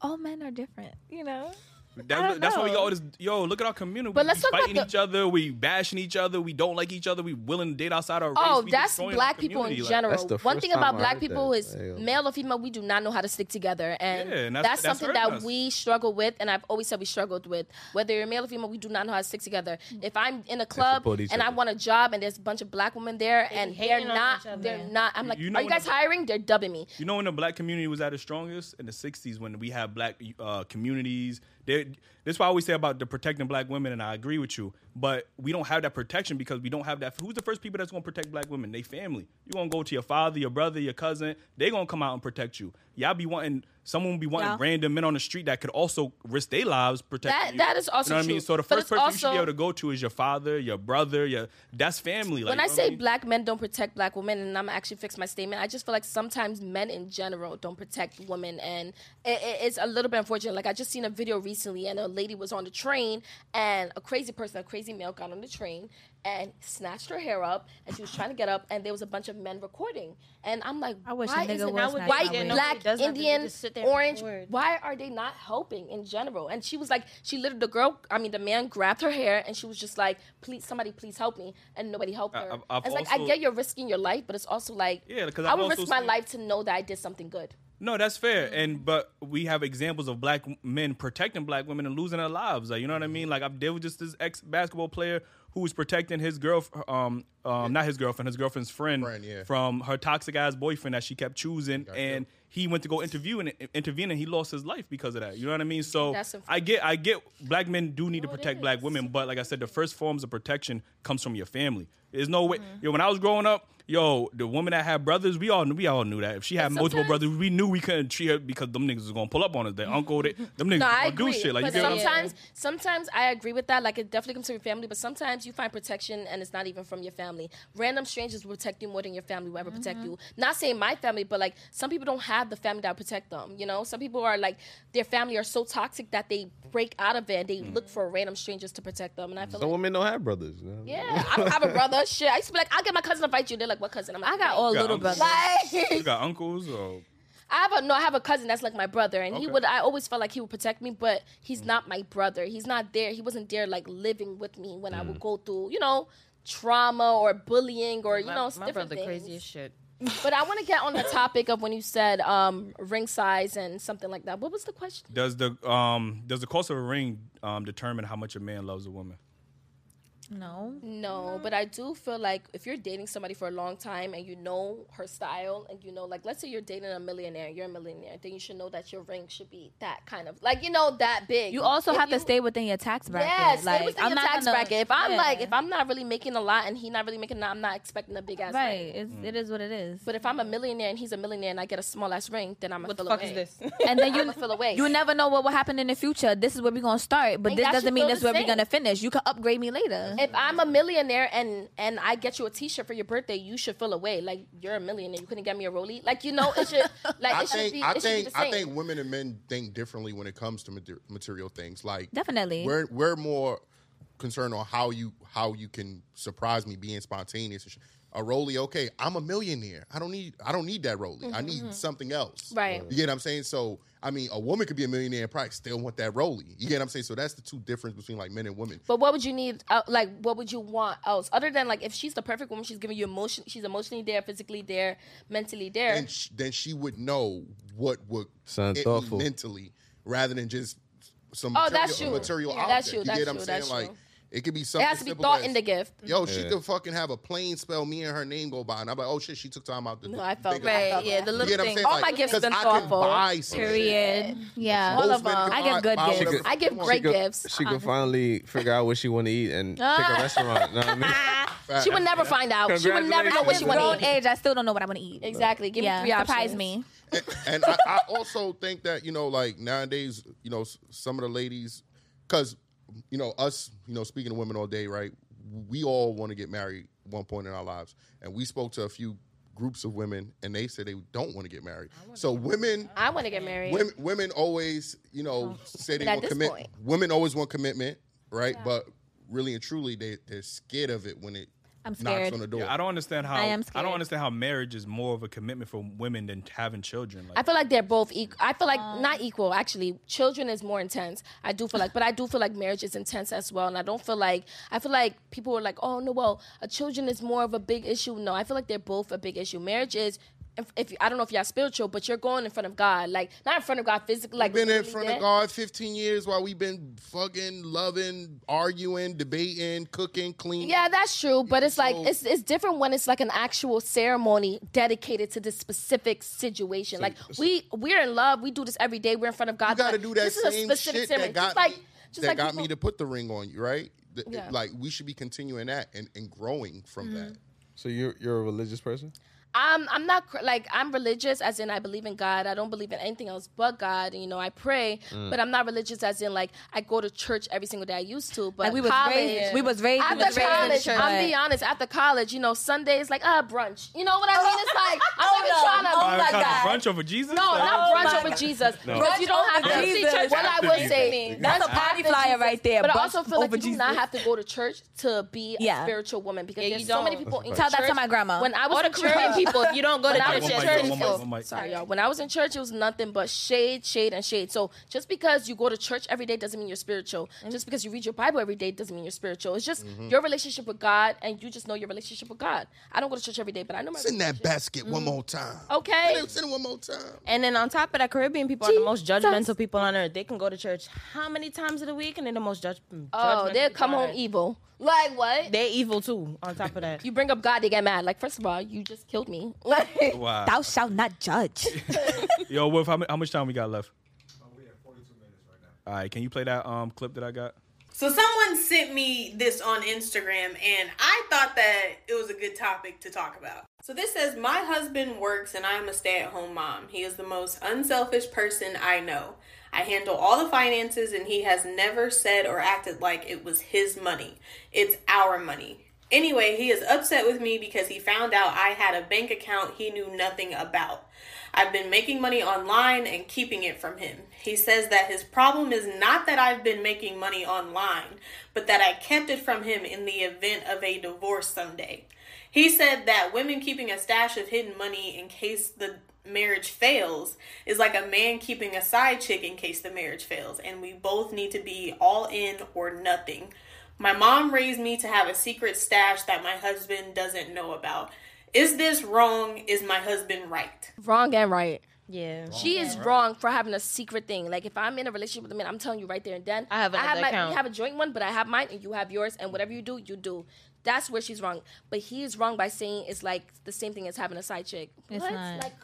All men are different, you know.
That's,
don't
that's why we
know.
got all this. Yo, look at our community.
But
we
let's
be
talk about
fighting
the-
each other. We bashing each other. We don't like each other. We willing to date outside our race.
Oh,
we
that's
destroying our
black people in
community, like-
general.
That's the
One
first
thing
time
about
I
black
heard
people
that.
is
Damn.
male or female, we do not know how to stick together, and,
Yeah, and that's-
that's,
that's
something
hurting
that
us.
we struggle with. And I've always said we struggled with whether you're male or female, we do not know how to stick together. If I'm in a club
support each
and I
other.
want a job, and there's a bunch of black women there, and they're
hating on
not,
each other.
they're not. I'm like,
you know
are you
when
guys
the-
hiring? They're dubbing me.
You know when the black community was at its strongest in the '60s when we had black uh, communities. They, this is why I always say about the protecting black women, and I agree with you. But we don't have that protection because we don't have that. Who's the first people that's going to protect black women? They family. You gonna go to your father, your brother, your cousin. They gonna come out and protect you. Y'all be wanting someone be wanting
Yeah.
random men on the street that could also risk their lives protecting
That-
you.
that is also
you know what I
true.
mean. So the
But
first
it's
person you should be
also-
able to go to is your father, your brother, your that's family. Like,
when
you
I
know what
say
mean?
black men don't protect black women, and I'm actually fix my statement, I just feel like sometimes men in general don't protect women, and it, it- it's a little bit unfortunate. Like I just seen a video recently, and a lady was on the train, and a crazy person, a crazy male, got on the train and snatched her hair up, and she was trying to get up, and there was a bunch of men recording, and I'm like, I
wish a
why
nigga
is it
was
not
snatched
with
my
white,
way. Yeah,
nobody
black,
does nothing. They
Indian,
just sit there and
orange?
record.
Why are they not helping in general? And she was like, she literally the girl, I mean the man grabbed her hair, and she was just like, please, somebody, please help me, and nobody helped her.
I've- I've
it's like I
also-
get you're risking your life, but it's also like
Yeah, 'cause
I
I've
would
also
risk my
seen-
life to know that I did something good.
No, that's fair. And but we have examples of black men protecting black women and losing their lives. Like, you know what I mean? Like I've dealt with just this ex basketball player who was protecting his girl, um, um, not his girlfriend, his girlfriend's friend,
Friend, yeah.
from her toxic ass boyfriend that she kept choosing, and he went to go interview and intervene, and he lost his life because of that. You know what I mean? So
That's unfortunate.
I get, I get, black men do need to protect black women, but like I said, the first forms of protection comes from your family. There's no way.
Mm-hmm.
Yo, when I was growing up. Yo, the woman that had brothers, we all knew, we all knew that if she had multiple
sometimes-
brothers we knew we couldn't treat her because them niggas was gonna pull up on us. Their uncle, they, them niggas
No, I
gonna
agree.
do shit. Like you
but
get what I'm saying?
sometimes, sometimes I agree with that. Like it definitely comes from your family, but sometimes you find protection and it's not even from your family. Random strangers will protect you more than your family will ever protect you.
Mm-hmm.
Not saying my family, but like some people don't have the family that protect them. You know, some people are like their family are so toxic that they break out of it and
Mm.
they look for random strangers to protect them. And I feel
Some
like
women don't have brothers. You know?
Yeah, I don't have a brother. Shit, I used to be like, I'll get my cousin to fight you. They're like, what cousin? I'm like, I
I got all
Yeah,
little
I'm-
brothers.
You
Like,
got uncles or
I have a no, I have a cousin that's like my brother, and he would. I always felt like he would protect me, but he's not my brother. He's not there. He wasn't there, like living with me when I would go through, you know, trauma or bullying or you
my,
know,
my
different
brother
things.
crazy as shit.
But I want to get on
(laughs)
the topic of when you said um, ring size and something like that. What was the question?
does the um does the cost of a ring um determine how much a man loves a woman?
No,
No, but I do feel like if you're dating somebody for a long time and you know her style and you know, like, let's say you're dating a millionaire, you're a millionaire, then you should know that your ring should be that kind of, like, you know, that big.
you also
If
have
you-
to stay within your tax bracket.
Yes,
like,
like, within
I'm
your
not
tax
gonna-
bracket. If I'm
Yeah.
like, if I'm not really making a lot and he not really making a lot, I'm not expecting a big ass
right,
ring.
it's,
Mm.
it is what it is.
But if I'm a millionaire and he's a millionaire and I get a small ass ring, then I'm a
What the
feel
fuck
away.
is
(laughs)
this? (laughs)
and then you
I'ma feel away.
you never know what will happen in the future. This is where we're gonna start, but
And
this
y'all should
doesn't mean
feel
this is
the
where we're
same.
gonna finish. You can upgrade me later.
If I'm a millionaire and and I get you a T-shirt for your birthday, you should feel away. Like you're a millionaire, you couldn't get me a Rolex. Like you know,
(laughs)
it should like
I
it should
think
be.
I
it should be
think
the
I
same.
think women and men think differently when it comes to mater- material things. Like
Definitely.
we're we're more concerned on how you how you can surprise me being spontaneous. And sh- a Rolly, okay, I'm a millionaire. I don't need I don't need that Rolly. I need something else.
Mm-hmm, Right.
You get what I'm saying? So I mean, a woman could be a millionaire and probably still want that Rolly. You get what I'm saying? So that's the two difference between like men and women.
But what would you need? Uh, like, what would you want else? Other than like, if she's the perfect woman, she's giving you emotion. She's emotionally there, physically there, mentally there.
then sh- then she would know what would
Sound
it be
thoughtful.
mentally rather than just some
Oh,
material,
that's you.
material
Yeah,
object.
that's you,
You
that's
get what
you,
I'm saying?
that's
Like
you.
it could be
It
something.
has to be
simple
thought
as,
in the gift.
Yo, she could fucking have a plane spell me and her name go by, and I'm like, oh shit, she took time out to.
No, I felt
think about
right.
that.
Yeah, the
You
little
get what I'm
things.
saying?
All
Like,
my gifts
'cause
have been
I can
thoughtful.
buy some shit.
Period. Yeah.
All
Most
of
men
them.
can
I get
buy-
good
buy
gifts.
whatever
I
the
give
fuck they
great
want.
gifts.
She could finally figure out what she want to eat and pick a
Ah.
restaurant. Know what I mean?
(laughs)
Uh,
She would never find out. She would never know what she
At this
wanted.
grown age, I still don't know what I want to eat.
Exactly. Give
yeah,
me three
surprise
options.
me.
and I, I also think that you know, like nowadays, you know, s- some of the ladies, because you know, us, you know, speaking to women all day, right? We all want to get married at one point in our lives, and we spoke to a few groups of women, and they said they don't want to get married. So women,
I want to get married.
women, women always, you know, say they
But at
want
this
commit.
point.
Women always want commitment, right? But really and truly, they they're scared of it when it
I'm
knocks
scared.
on the door.
Yeah, I don't understand how
I
I,
am scared.
don't understand how marriage is more of a commitment for women than having children. Like,
I feel like they're both equal. I feel like not equal actually. Children is more intense. I do feel like, but I do feel like marriage is intense as well. And I don't feel like I feel like people are like, oh no, well, a children is more of a big issue. No, I feel like they're both a big issue. Marriage is. If, if I don't know if y'all spiritual, but you're going in front of God, like not in front of God physically, like
been in
literally
front
there.
of God 15 years while we've been fucking loving, arguing, debating, cooking, cleaning.
Yeah, that's true, but it's like it's it's different when it's like an actual ceremony dedicated to this specific situation. like we we're in love, we do this every day. We're in front of God.
You got to do that
This is a
same
specific
shit
ceremony.
that got
Just like,
me,
just
that
like
got
people-
me to put the ring on you, right? Th-
Yeah.
Like we should be continuing that and, and growing from that.
Mm-hmm.
So you're you're a religious person?
I'm I'm not cr- like I'm religious as in I believe in God. I don't believe in anything else but God. You know, I pray,
Mm.
but I'm not religious as in like I go to church every single day. I used to, but
Like we was
college,
raised. We was raised. we
After
was raised in
college,
church.
I'm be honest. After college, you know, Sundays like uh brunch. You know what I mean? It's like
(laughs)
I'm
Oh,
not even
no.
trying to.
Oh,
I
my
was trying to
God.
brunch over Jesus. Oh
No,
Like,
not brunch
my
over
God.
Jesus.
No.
Because you don't have
Brunch
to.
over
Jesus.
Jesus.
What I
After
would
Jesus.
say,
That's a party
after
flyer
Jesus.
right there.
But I
Brunch
also feel like
over
you do not
Jesus.
have to go to church to be
Yeah.
a spiritual woman because
Yeah,
there's
you
so many
don't.
people. in
Tell that to
church-
my grandma.
When I was
All the
in
Korean
church-
people, you don't go to
when I
the
was
one
in
mic,
church,
one mic, one mic.
sorry y'all. When I was in church, it was nothing but shade, shade, and shade. So just because you go to church every day doesn't mean you're spiritual. Just because you read your Bible every day doesn't mean you're spiritual. It's just
Mm-hmm.
your relationship with God, and you just know your relationship with God. I don't go to church every day, but I know my.
Send that basket one more time.
Mm-hmm. Okay.
Send it, send it one more time.
And then on top of that, Caribbean people are the most
Jesus.
judgmental people on earth. They can go to church how many times of the week, and they're the most judge-
Oh,
judgmental
they'll
people
come
on
home
earth.
evil. Like what?
They're evil too. On top of that,
you bring up God, they get mad. Like, first of all, you just killed me. (laughs) Like,
wow.
Thou shalt not (laughs) judge.
Yo, Wolf, how, mu- how much time we got left? All right, can you play that um clip that I got?
So someone sent me this on Instagram and I thought that it was a good topic to talk about. So this says my husband works and I'm a stay-at-home mom. He is the most unselfish person I know. I handle all the finances and he has never said or acted like it was his money. It's our money. Anyway, he is upset with me because he found out I had a bank account he knew nothing about. I've been making money online and keeping it from him. He says that his problem is not that I've been making money online, but that I kept it from him in the event of a divorce someday. He said that women keeping a stash of hidden money in case the marriage fails is like a man keeping a side chick in case the marriage fails, and we both need to be all in or nothing. My mom raised me to have a secret stash that my husband doesn't know about. Is this wrong? Is my husband right?
wrong and right.
yeah.
She is wrong for having a secret thing. Like if I'm in a relationship with a man, I'm telling you right there and then.
I have another
my,
account.
You have a joint one, but I have mine, and you have yours, and whatever you do, you do. That's where she's wrong. But he is wrong by saying it's like the same thing as having a side chick.
It's
what?
not.
Like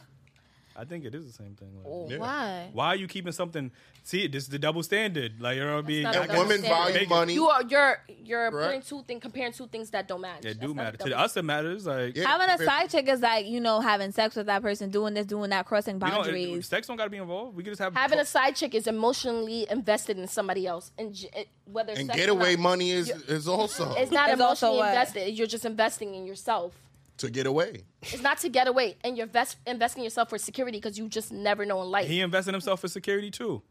I think it is the same thing. Like,
Oh,
Why?
Why are you keeping something? See, this is the double standard. Like you know what I mean?
not
I
a
And
double
guess-
women
understand.
value
Make it-
money.
you are you're you're putting
Correct.
two things comparing two things that don't match.
It
That's
do
not
matter
a
to
double-
us. It matters. Like
Yeah.
Having a side chick is like you know having sex with that person, doing this, doing that, crossing
we don't-
boundaries.
sex don't got to be involved. We can just have
Having a side chick is emotionally invested in somebody else, and j- it- whether
And
sex or
getaway
not.
money is is also
It's not
It's also
emotionally
what-
invested. You're just investing in yourself.
to get away.
It's not to get away, and you're invest, investing yourself for security because you just never know in life.
He invested himself for security too.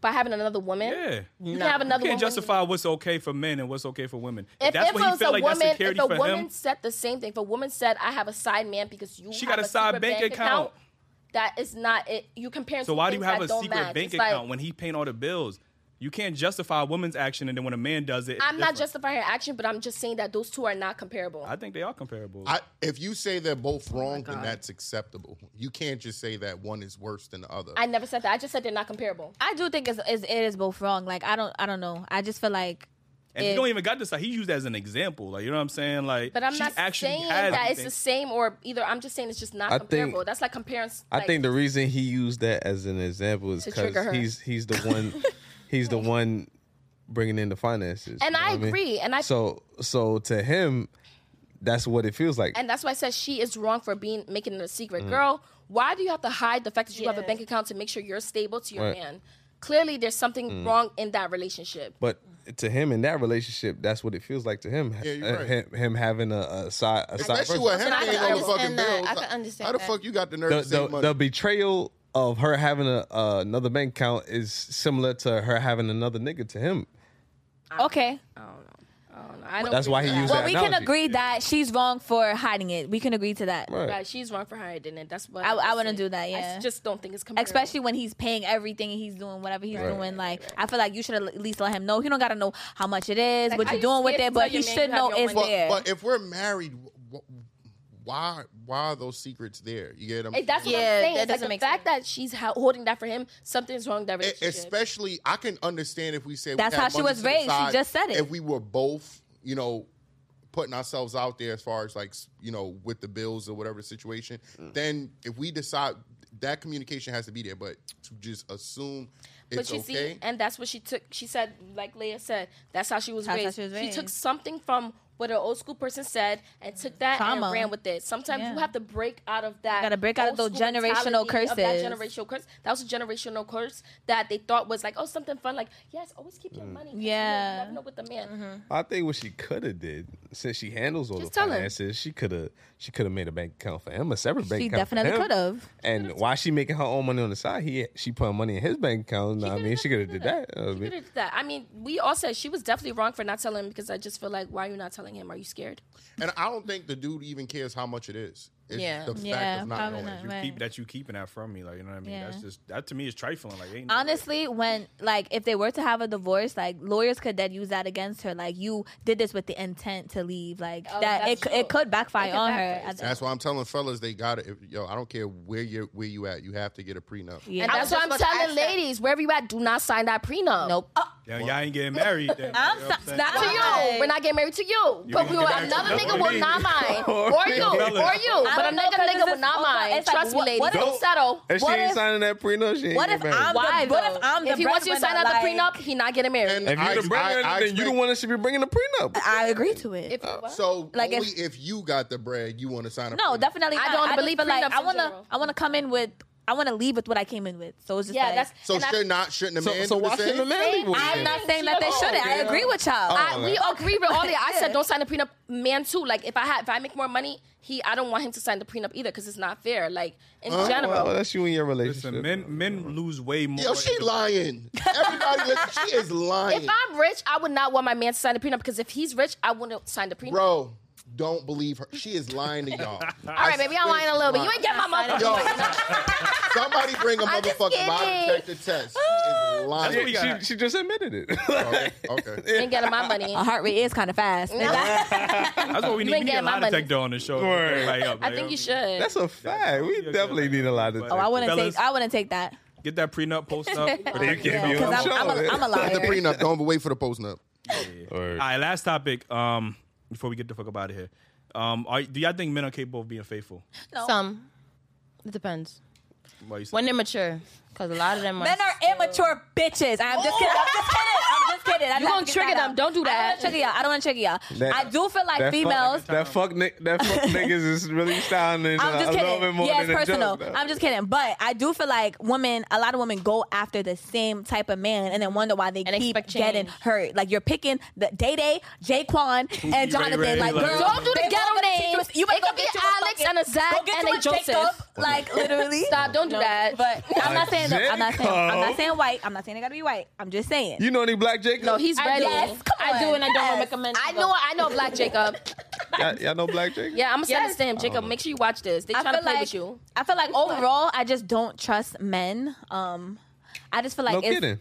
By having another woman,
Yeah.
you can have another
You can't
woman.
justify what's okay for men and what's okay for women.
If,
that's
if
what
it
he
was
felt
a
like that's
woman, if
security
a
for
woman
him.
said the same thing, if a woman said, "I have a side man because you,"
She
have
got a side
secret
bank account.
That is not it. You compare.
So why do you have a secret bank account when he paying all the bills? You can't justify a woman's action and then when a man does it, it's
I'm not
different.
justifying her action, but I'm just saying that those two are not comparable.
I think they are comparable.
I, if you say they're
Oh
both wrong, then that's acceptable. You can't just say that one is worse than the other.
I never said that. I just said they're not comparable.
I do think it's, it's, it is both wrong. Like I don't I don't know. I just feel like
and
it-
you don't even got this. Like, he used that as an example. Like you know what I'm saying? Like,
But I'm
she
not
actually
saying
has
that it's
things.
the same or either. I'm just saying it's just not
I think-
comparable. That's like comparing.
I think the reason he used that as an example is
To trigger her.
because he's he's the one he's the one bringing in the finances.
And
you know
I
what mean?
agree, and I-
so so to him, that's what it feels like.
and that's why I said she is wrong for being making it a secret.
Mm-hmm.
Girl, why do you have to hide the fact that you have a bank account to make sure you're stable to your
Right. Mm.
man? Clearly, there's something wrong in that relationship.
but to him in that relationship, that's what it feels like to him.
Yeah, you're
Uh,
right.
him, him having a, a side, a side
Especially
person.
with him
I
paying
can
all the fucking
understand that.
bills.
I can understand
How the
that.
fuck you got the nerve
the,
to say
the,
money?
the betrayal of her having a, uh, another bank account is similar to her having another nigga to him.
okay.
I don't
That's
agree
why
with
he
that.
used
Well,
that
we
analogy.
can agree that she's wrong for hiding it. We can agree to that.
Right.
Right, she's wrong for hiding it. That's what
I-
was
I wouldn't
saying.
do that,
I
yeah.
s- just don't think it's comparable.
Especially when he's paying everything and he's doing whatever he's doing. Like I feel like you should at least let him know. He don't gotta know how much it is,
Like,
what
are
you're
you
doing with
scared
it,
to
but
tell
he
your
should
man you have
know
no
it's
money?
but,
there.
but if we're married, wh- wh- why why are those secrets there? You get them?
Hey, that's what
Yeah,
I'm saying.
that
It's like
doesn't
the
make
fact that she's ho- holding that for him, something's wrong with that
E-
relationship.
especially I can understand if we say
That's how she was raised. She just said it.
If we were both, you know, putting ourselves out there as far as like s- you know with the bills or whatever situation, then if we decide that communication has to be there, but to just assume it's
but you
okay.
see, and that's what she took. She said, like Leah said, that's how she was,
That's how
raised.
she was raised.
took something from what an old school person said and took that
Trauma.
and ran with it. Sometimes
Yeah.
you have to break out of that.
gotta break out of
old
those
school mentality
generational
of That
curses.
generational curse. That was a generational curse that they thought was like, oh, something fun. Like, yes, always keep your
Mm.
money.
Yeah. Mm-hmm.
You never know with the man.
I think what she could have did, since she handles all
Just
the
tell him.
finances, she could have she could have made a bank account for him, a separate bank
She
account. for
definitely
him.
could've.
And while she making her own money on the side, he she putting money in his bank account. Nah, I mean, she could have did that. Uh, I
She
mean,
could've did that. I mean, we all said she was definitely wrong for not telling him because I just feel like, why are you not telling him? Are you scared?
And I don't think the dude even cares how much it is. It's
Yeah.
the fact
Yeah,
of not
probably
knowing.
not.
you
Right.
keep that you keeping that from me. Like you know what I mean? That's
Yeah.
just that to me is trifling. Like ain't no way.
Honestly, when like if they were to have a divorce, like lawyers could then use that against her. Like you did this with the intent to leave. Like that
Oh, that's
it c- it
true.
could backfire
It could
on
backfire.
her. at the-
That's why I'm telling fellas they got it. Yo, I don't care where you where you at. You have to get a prenup.
Yeah.
And that's why I'm telling ladies, wherever you at, do not sign that prenup. Nope.
Damn, y'all ain't getting married.
(laughs)
Then,
I'm
You know what
so-
saying?
not
to you. We're not getting married to you. but
can
we
get
will,
married to
another
another
nigga will
nigga.
not mind. or you. Or you.
I
But
don't know,
another
'cause
nigga
it's
will not
also-
mind.
it's like,
Trust
what-
me, ladies.
what if-
Don't settle.
if she
what
ain't
if-
signing that prenup, she ain't
What
getting
if
married.
I'm
Why?
the, what if
though?
I'm the
if he wants you to sign
breadwinner,
out the
like,
prenup, he not getting married.
And-
if
I-
you the breadwinner,
I- I
then you the
expect-
one that should be bringing the prenup.
I agree to it.
if, what?
So
Like if-
only if, you got the bread, you want to sign up.
no, definitely.
I
not.
don't
just
believe
feel like
prenups
I
in
wanna
general.
I wanna come in with I wanna leave with what I came in with. So it's just
yeah,
like,
that's
So
and I-
should not shouldn't a
So,
man
so
do the
why shouldn't a
same?
man be with
I'm
you?
not saying that they
Oh,
shouldn't. I
okay.
agree with y'all.
I,
Oh,
we agree with all that.
(laughs)
I said don't sign the prenup, man. Too like if I had if I make more money, he I don't want him to sign the prenup either because it's not fair. Like in general,
Well, Oh, that's you and your relationship.
Listen, men men lose way more.
Yo, she lying. Everybody, listen,
(laughs)
she is lying.
if I'm rich, I would not want my man to sign the prenup because if he's rich, I wouldn't sign the prenup.
Bro, don't believe her. She is lying to
(laughs)
y'all.
all right, baby, I'm lying a little bit. You ain't get my mother.
Yo, somebody bring a
I'm just
motherfucking lie
kidding.
detector test. She is lying.
She, she, she just admitted it. (laughs)
okay.
(laughs)
okay.
You ain't getting my money.
A heart rate is kind of
(laughs)
fast.
That's what we need. We
ain't
need a
getting my
lie
money.
detector on the show.
Word.
Like, up,
I
like,
think
up.
you should.
That's a fact. We
Yeah,
definitely
yeah.
need a lot of.
But-
oh, I wouldn't
Fellas.
take I wouldn't take that.
Get that prenup post
(laughs)
up. Protect
can't
yourself.
be on
Because I'm, I'm, a, I'm a
Get the
liar.
prenup. Don't wait for the postnup.
All right, last topic. Um, before we get the fuck up out of here, um, are, do y'all think men are capable of being faithful?
Some. It depends.
Why you say-
When they're mature. Because a lot of them are.
Men are immature bitches. I'm just kidding. I'm just kidding. I'm just kidding. I just
You gonna
have to get
trigger
that
them.
out.
Don't do
I don't
that.
wanna trigger y'all. I don't want to trigger y'all.
That-
I do feel like
that
females.
Fuck, that fuck, ni- that fuck
(laughs)
niggas is really sounding
I'm
uh,
just
a little bit
kidding.
more
Yeah,
than
it's personal.
A joke, though.
I'm just kidding. But I do feel like women, a lot of women go after the same type of man and then wonder why they
And
keep
expect
getting
change.
hurt. Like you're picking the Day Day,
(laughs)
Jaquan, and Jonathan.
Ray,
like,
like-
girl,
Don't do the
they
ghetto
all gonna get you a-
names.
You better
It
go
could be
get you
Alex
fucking-
and a Zach
go get
and
you
a Joseph.
Jacob. Like literally.
Stop. Don't do that.
But I'm not saying that. I'm not saying. I'm
Jacob.
not saying white. I'm not saying they gotta be white. I'm just saying.
You know any black Jacob?
no, he's ready.
yes, come
I do,
on.
and I don't
Yes.
recommend.
I
it.
know. I know Black Jacob.
y'all, y'all know black
(laughs)
Jacob.
Yeah, I'm gonna send this to him. Jacob, make sure you watch this. They trying to play
like,
with you.
I feel like overall, I just don't trust men. Um, I just feel like
no
it's,
kidding.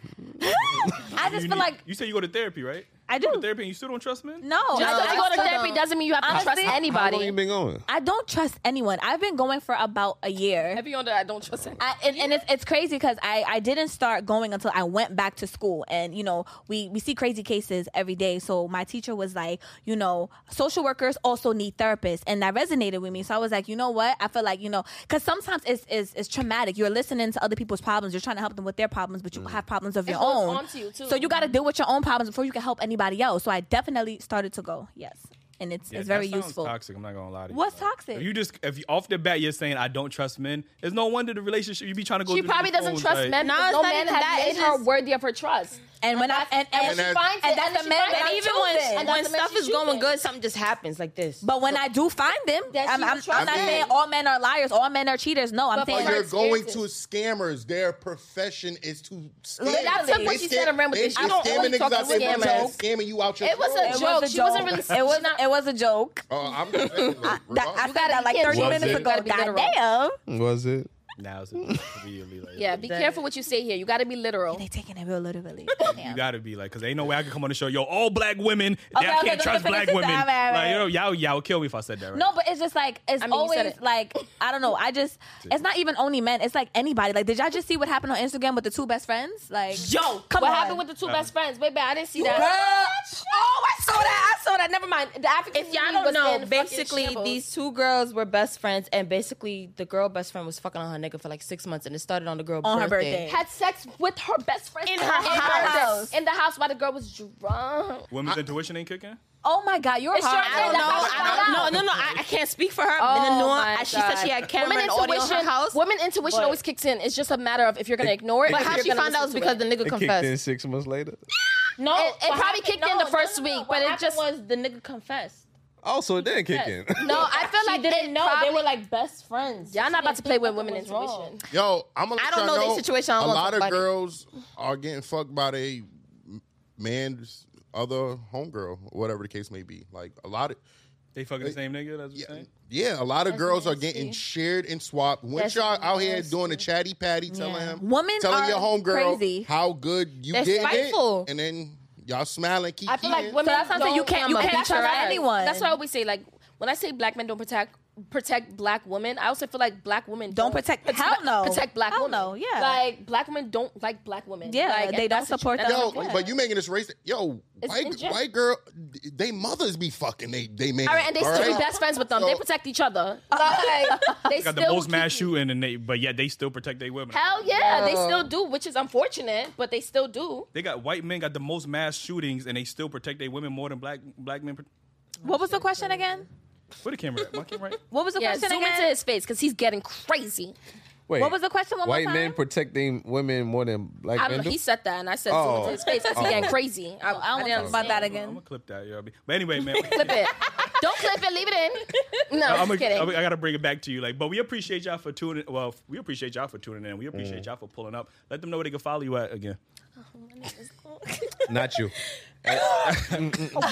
I just
you
feel
need-
like
you say you go to therapy, right?
I
You go
do.
to therapy and you still don't trust men.
no.
Just
I-
because you
I
go to
feel-
therapy doesn't mean you have to
Honestly,
trust
how long
How long you
anybody.
been going?
I don't trust anyone. I've been going for about a year.
Heavy on that, I don't trust anybody.
I, and, and it's, it's crazy because I, I didn't start going until I went back to school. And, you know, we, we see crazy cases every day. So my teacher was like, you know, social workers also need therapists. And that resonated with me. So I was like, you know what? I feel like, you know, because sometimes it's, it's, it's traumatic. You're listening to other people's problems. You're trying to help them with their problems, but you have problems of your
Mm-hmm. goes
own.
onto you, too. Mm-hmm.
So you got to deal with your own problems before you can help anybody else. So I definitely started to go. Yes. And it's,
Yeah,
it's
that
very
sounds
useful.
Toxic. I'm not gonna lie to you.
What's
bro.
toxic?
If you just if you, off the bat you're saying I don't trust men. It's no wonder the relationship you be trying to go.
She
through
probably
these
doesn't
phones,
trust
like-
men.
Nah,
because
it's
no
not
man
even
has
that.
made
It's
her
just-
worthy of her trust.
And when I and, and,
And
she
that-
finds
and
it,
that's
then
the
she
man
finds
that
it.
I'm
even when,
choosing.
and
when
that's the man
stuff
she's
is going
choosing.
good, something just happens like this.
But when I do find them,
That
I'm,
she
I'm,
was
I'm not
trusting.
saying all men are liars, all men are cheaters. No, I'm
But
Or
for
saying
you're
Her
going to scammers.
experiences.
Their profession is to scam.
Literally. I took what
They
she
scam-
said and ran with
they
it. She
be
don't
scamming
always
niggas
talk
out
to
there,
scam
but y'all
us.
scamming you out your
It was
drawers.
a
it
joke.
was a
She wasn't really-
(laughs) It was
she's not-
it was a joke.
Oh, I'm just
(laughs)
saying, like,
That, I
regardless.
said that like
be
30
careful.
minutes
You
ago.
gotta be
God
literal.
damn.
Was it?
Now it's really
(laughs)
like
Yeah, be careful what you say here. You got to be literal.
They taking it real
(laughs)
literally.
You
Damn.
gotta be like, cause ain't no way I can come on the show. Yo, all black women.
Okay,
I
okay,
can't
don't
trust
finish
black
this.
women.
All right, all
Like,
right.
yo, y'all, y'all would kill me if I said that. Right?
No, but it's just like it's
I mean, you said
always
it.
like I don't know.
(laughs)
I just it's not even only men. It's like anybody. Like, did y'all just see what happened on Instagram with the two best friends? Like,
Yo,
come
what
on.
happened with the two best friends? Wait, babe, I didn't see
Girl.
that. Oh, I saw that. I saw that. Never mind. The African
if y'all don't know, basically these two girls were best friends, and basically the girl best friend was fucking on her nigga for like six months, and it started on the girl
On her
birthday.
birthday.
had sex with her best friend
In her house.
In the house while the girl was drunk.
Women's intuition ain't kicking.
Oh my God, you're
your
hard.
birthday.
I don't know. Oh
That's
I
not
don't, no, no, no. I, I can't speak for her. but no,
my
I- she said she
God.
had camera
Women
and audio in her house.
Women intuition
But-
always kicks in. It's just a matter of if you're gonna ignore it.
But
or
how
if you're
she
gonna
found out was
listen to
because
it.
the nigga
It
confessed.
kicked in six months later.
No,
It- it
what
probably
happened-
kicked in the first week,
what
but it
happened
just-
was the nigga confessed.
Also, it didn't kick in.
No, I feel like
she didn't
it
know
probably-
they were like best friends.
Y'all
She
not about
didn't
to play
think
with
nothing
women
was wrong.
intuition.
Yo, I'm gonna.
I don't know their situation. I
A
don't want
lot
to
of
fight it.
girls are getting fucked by they man's other homegirl, whatever the case may be. Like a lot of.
They fucking the same nigga. That's what you're
Yeah,
saying.
yeah, a lot of girls are getting shared and swapped. Once
That's
y'all out here doing the chatty patty, telling him,
Women
telling
are
your homegirl
crazy.
how good you
They're
did
spiteful.
it, and then y'all smiling, keep.
I feel like
eating.
women.
So that's not saying you
don't
can't- you
come
can't
up-
trust
that's right.
anyone.
That's why I always say like when I say black men don't protect protect black women. I also feel like black women
Don't protect- hell no.
protect black
Hell
women.
no, yeah.
like black women don't like black women.
Yeah,
Like,
they
and
don't
that's the
support
truth.
them.
Yo,
That's the truth.
but you making this race? Yo,
It's
white
injustice.
white girl, they mothers be fucking they they man.
All right, and they
all
still
right?
be best friends with them. they
So-
protect each other. (laughs) Like they
Got the
still
most mass
keep- Oh.
shooting, and they, but yet they still protect their women.
Hell yeah, they still do, which is unfortunate, but they still do.
They got white men got the most mass shootings, and they still protect their women more than black black men. Pro-
What was the question again?
Where the camera at? My camera right?
What was the
Yeah,
question
zoom
again?
into his face because he's getting crazy.
(laughs) Wait,
What was the question one more
White men
time?
protecting women more than black
I
men
don't know.
do?
He said that, and I said zoom
Oh.
into his face because he's getting crazy. I,
I don't
I didn't
want to talk about that
understand.
I'm gonna
again.
clip that, yo. But anyway, man. (laughs)
Clip it. Don't clip it. Leave it in. No,
I'm
I'm just
a,
kidding.
I'm a, I gotta bring it back to you, like, but we appreciate y'all for tuning. Well, we appreciate y'all for tuning in. We
Mm.
appreciate y'all for pulling up. Let them know where they can follow you at again.
Not
(laughs)
you. Uh, (laughs)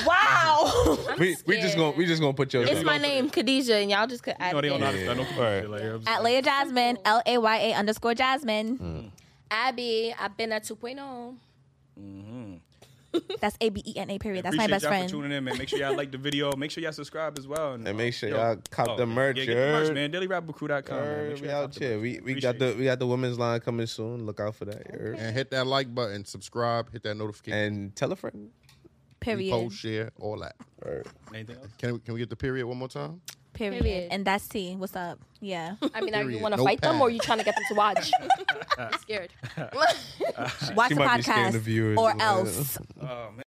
Wow.
we we just gonna we just gonna put yours.
It's
up.
my name, Khadija, and y'all just could add
No, Oh, they
it
don't know how
in.
to spell. No
Alright.
like, I'm just-
At Leah Jasmine, L A Y A underscore Jasmine.
Abby, I've been at oh. 2.0.
That's A B E N A period. That's my
Appreciate
best
y'all
friend.
for tuning in, man. Make sure y'all like the video. Make sure y'all subscribe as well.
And
uh,
make sure
yo-
y'all cop the merch,
Yeah, get the merch,
yer.
man. DailyRapRecruit.com. man. Make sure
we
y'all
out
cop the
here.
merch.
We we got the
Appreciate
we got the women's line coming soon. Look out for that. yer.
and hit that like button, subscribe, hit that notification,
And tell a friend.
Period.
post, share, all that.
it. Anything else?
Can we can we get the period one more time?
Period.
Period.
And that's T. What's up? Yeah.
I mean, are you
Period.
want to
No
fight them or
pad.
you trying to get them to watch? I'm scared.
Watch
she
the
might be scaring
podcast
the viewers,
or
man.
else.
Oh, man.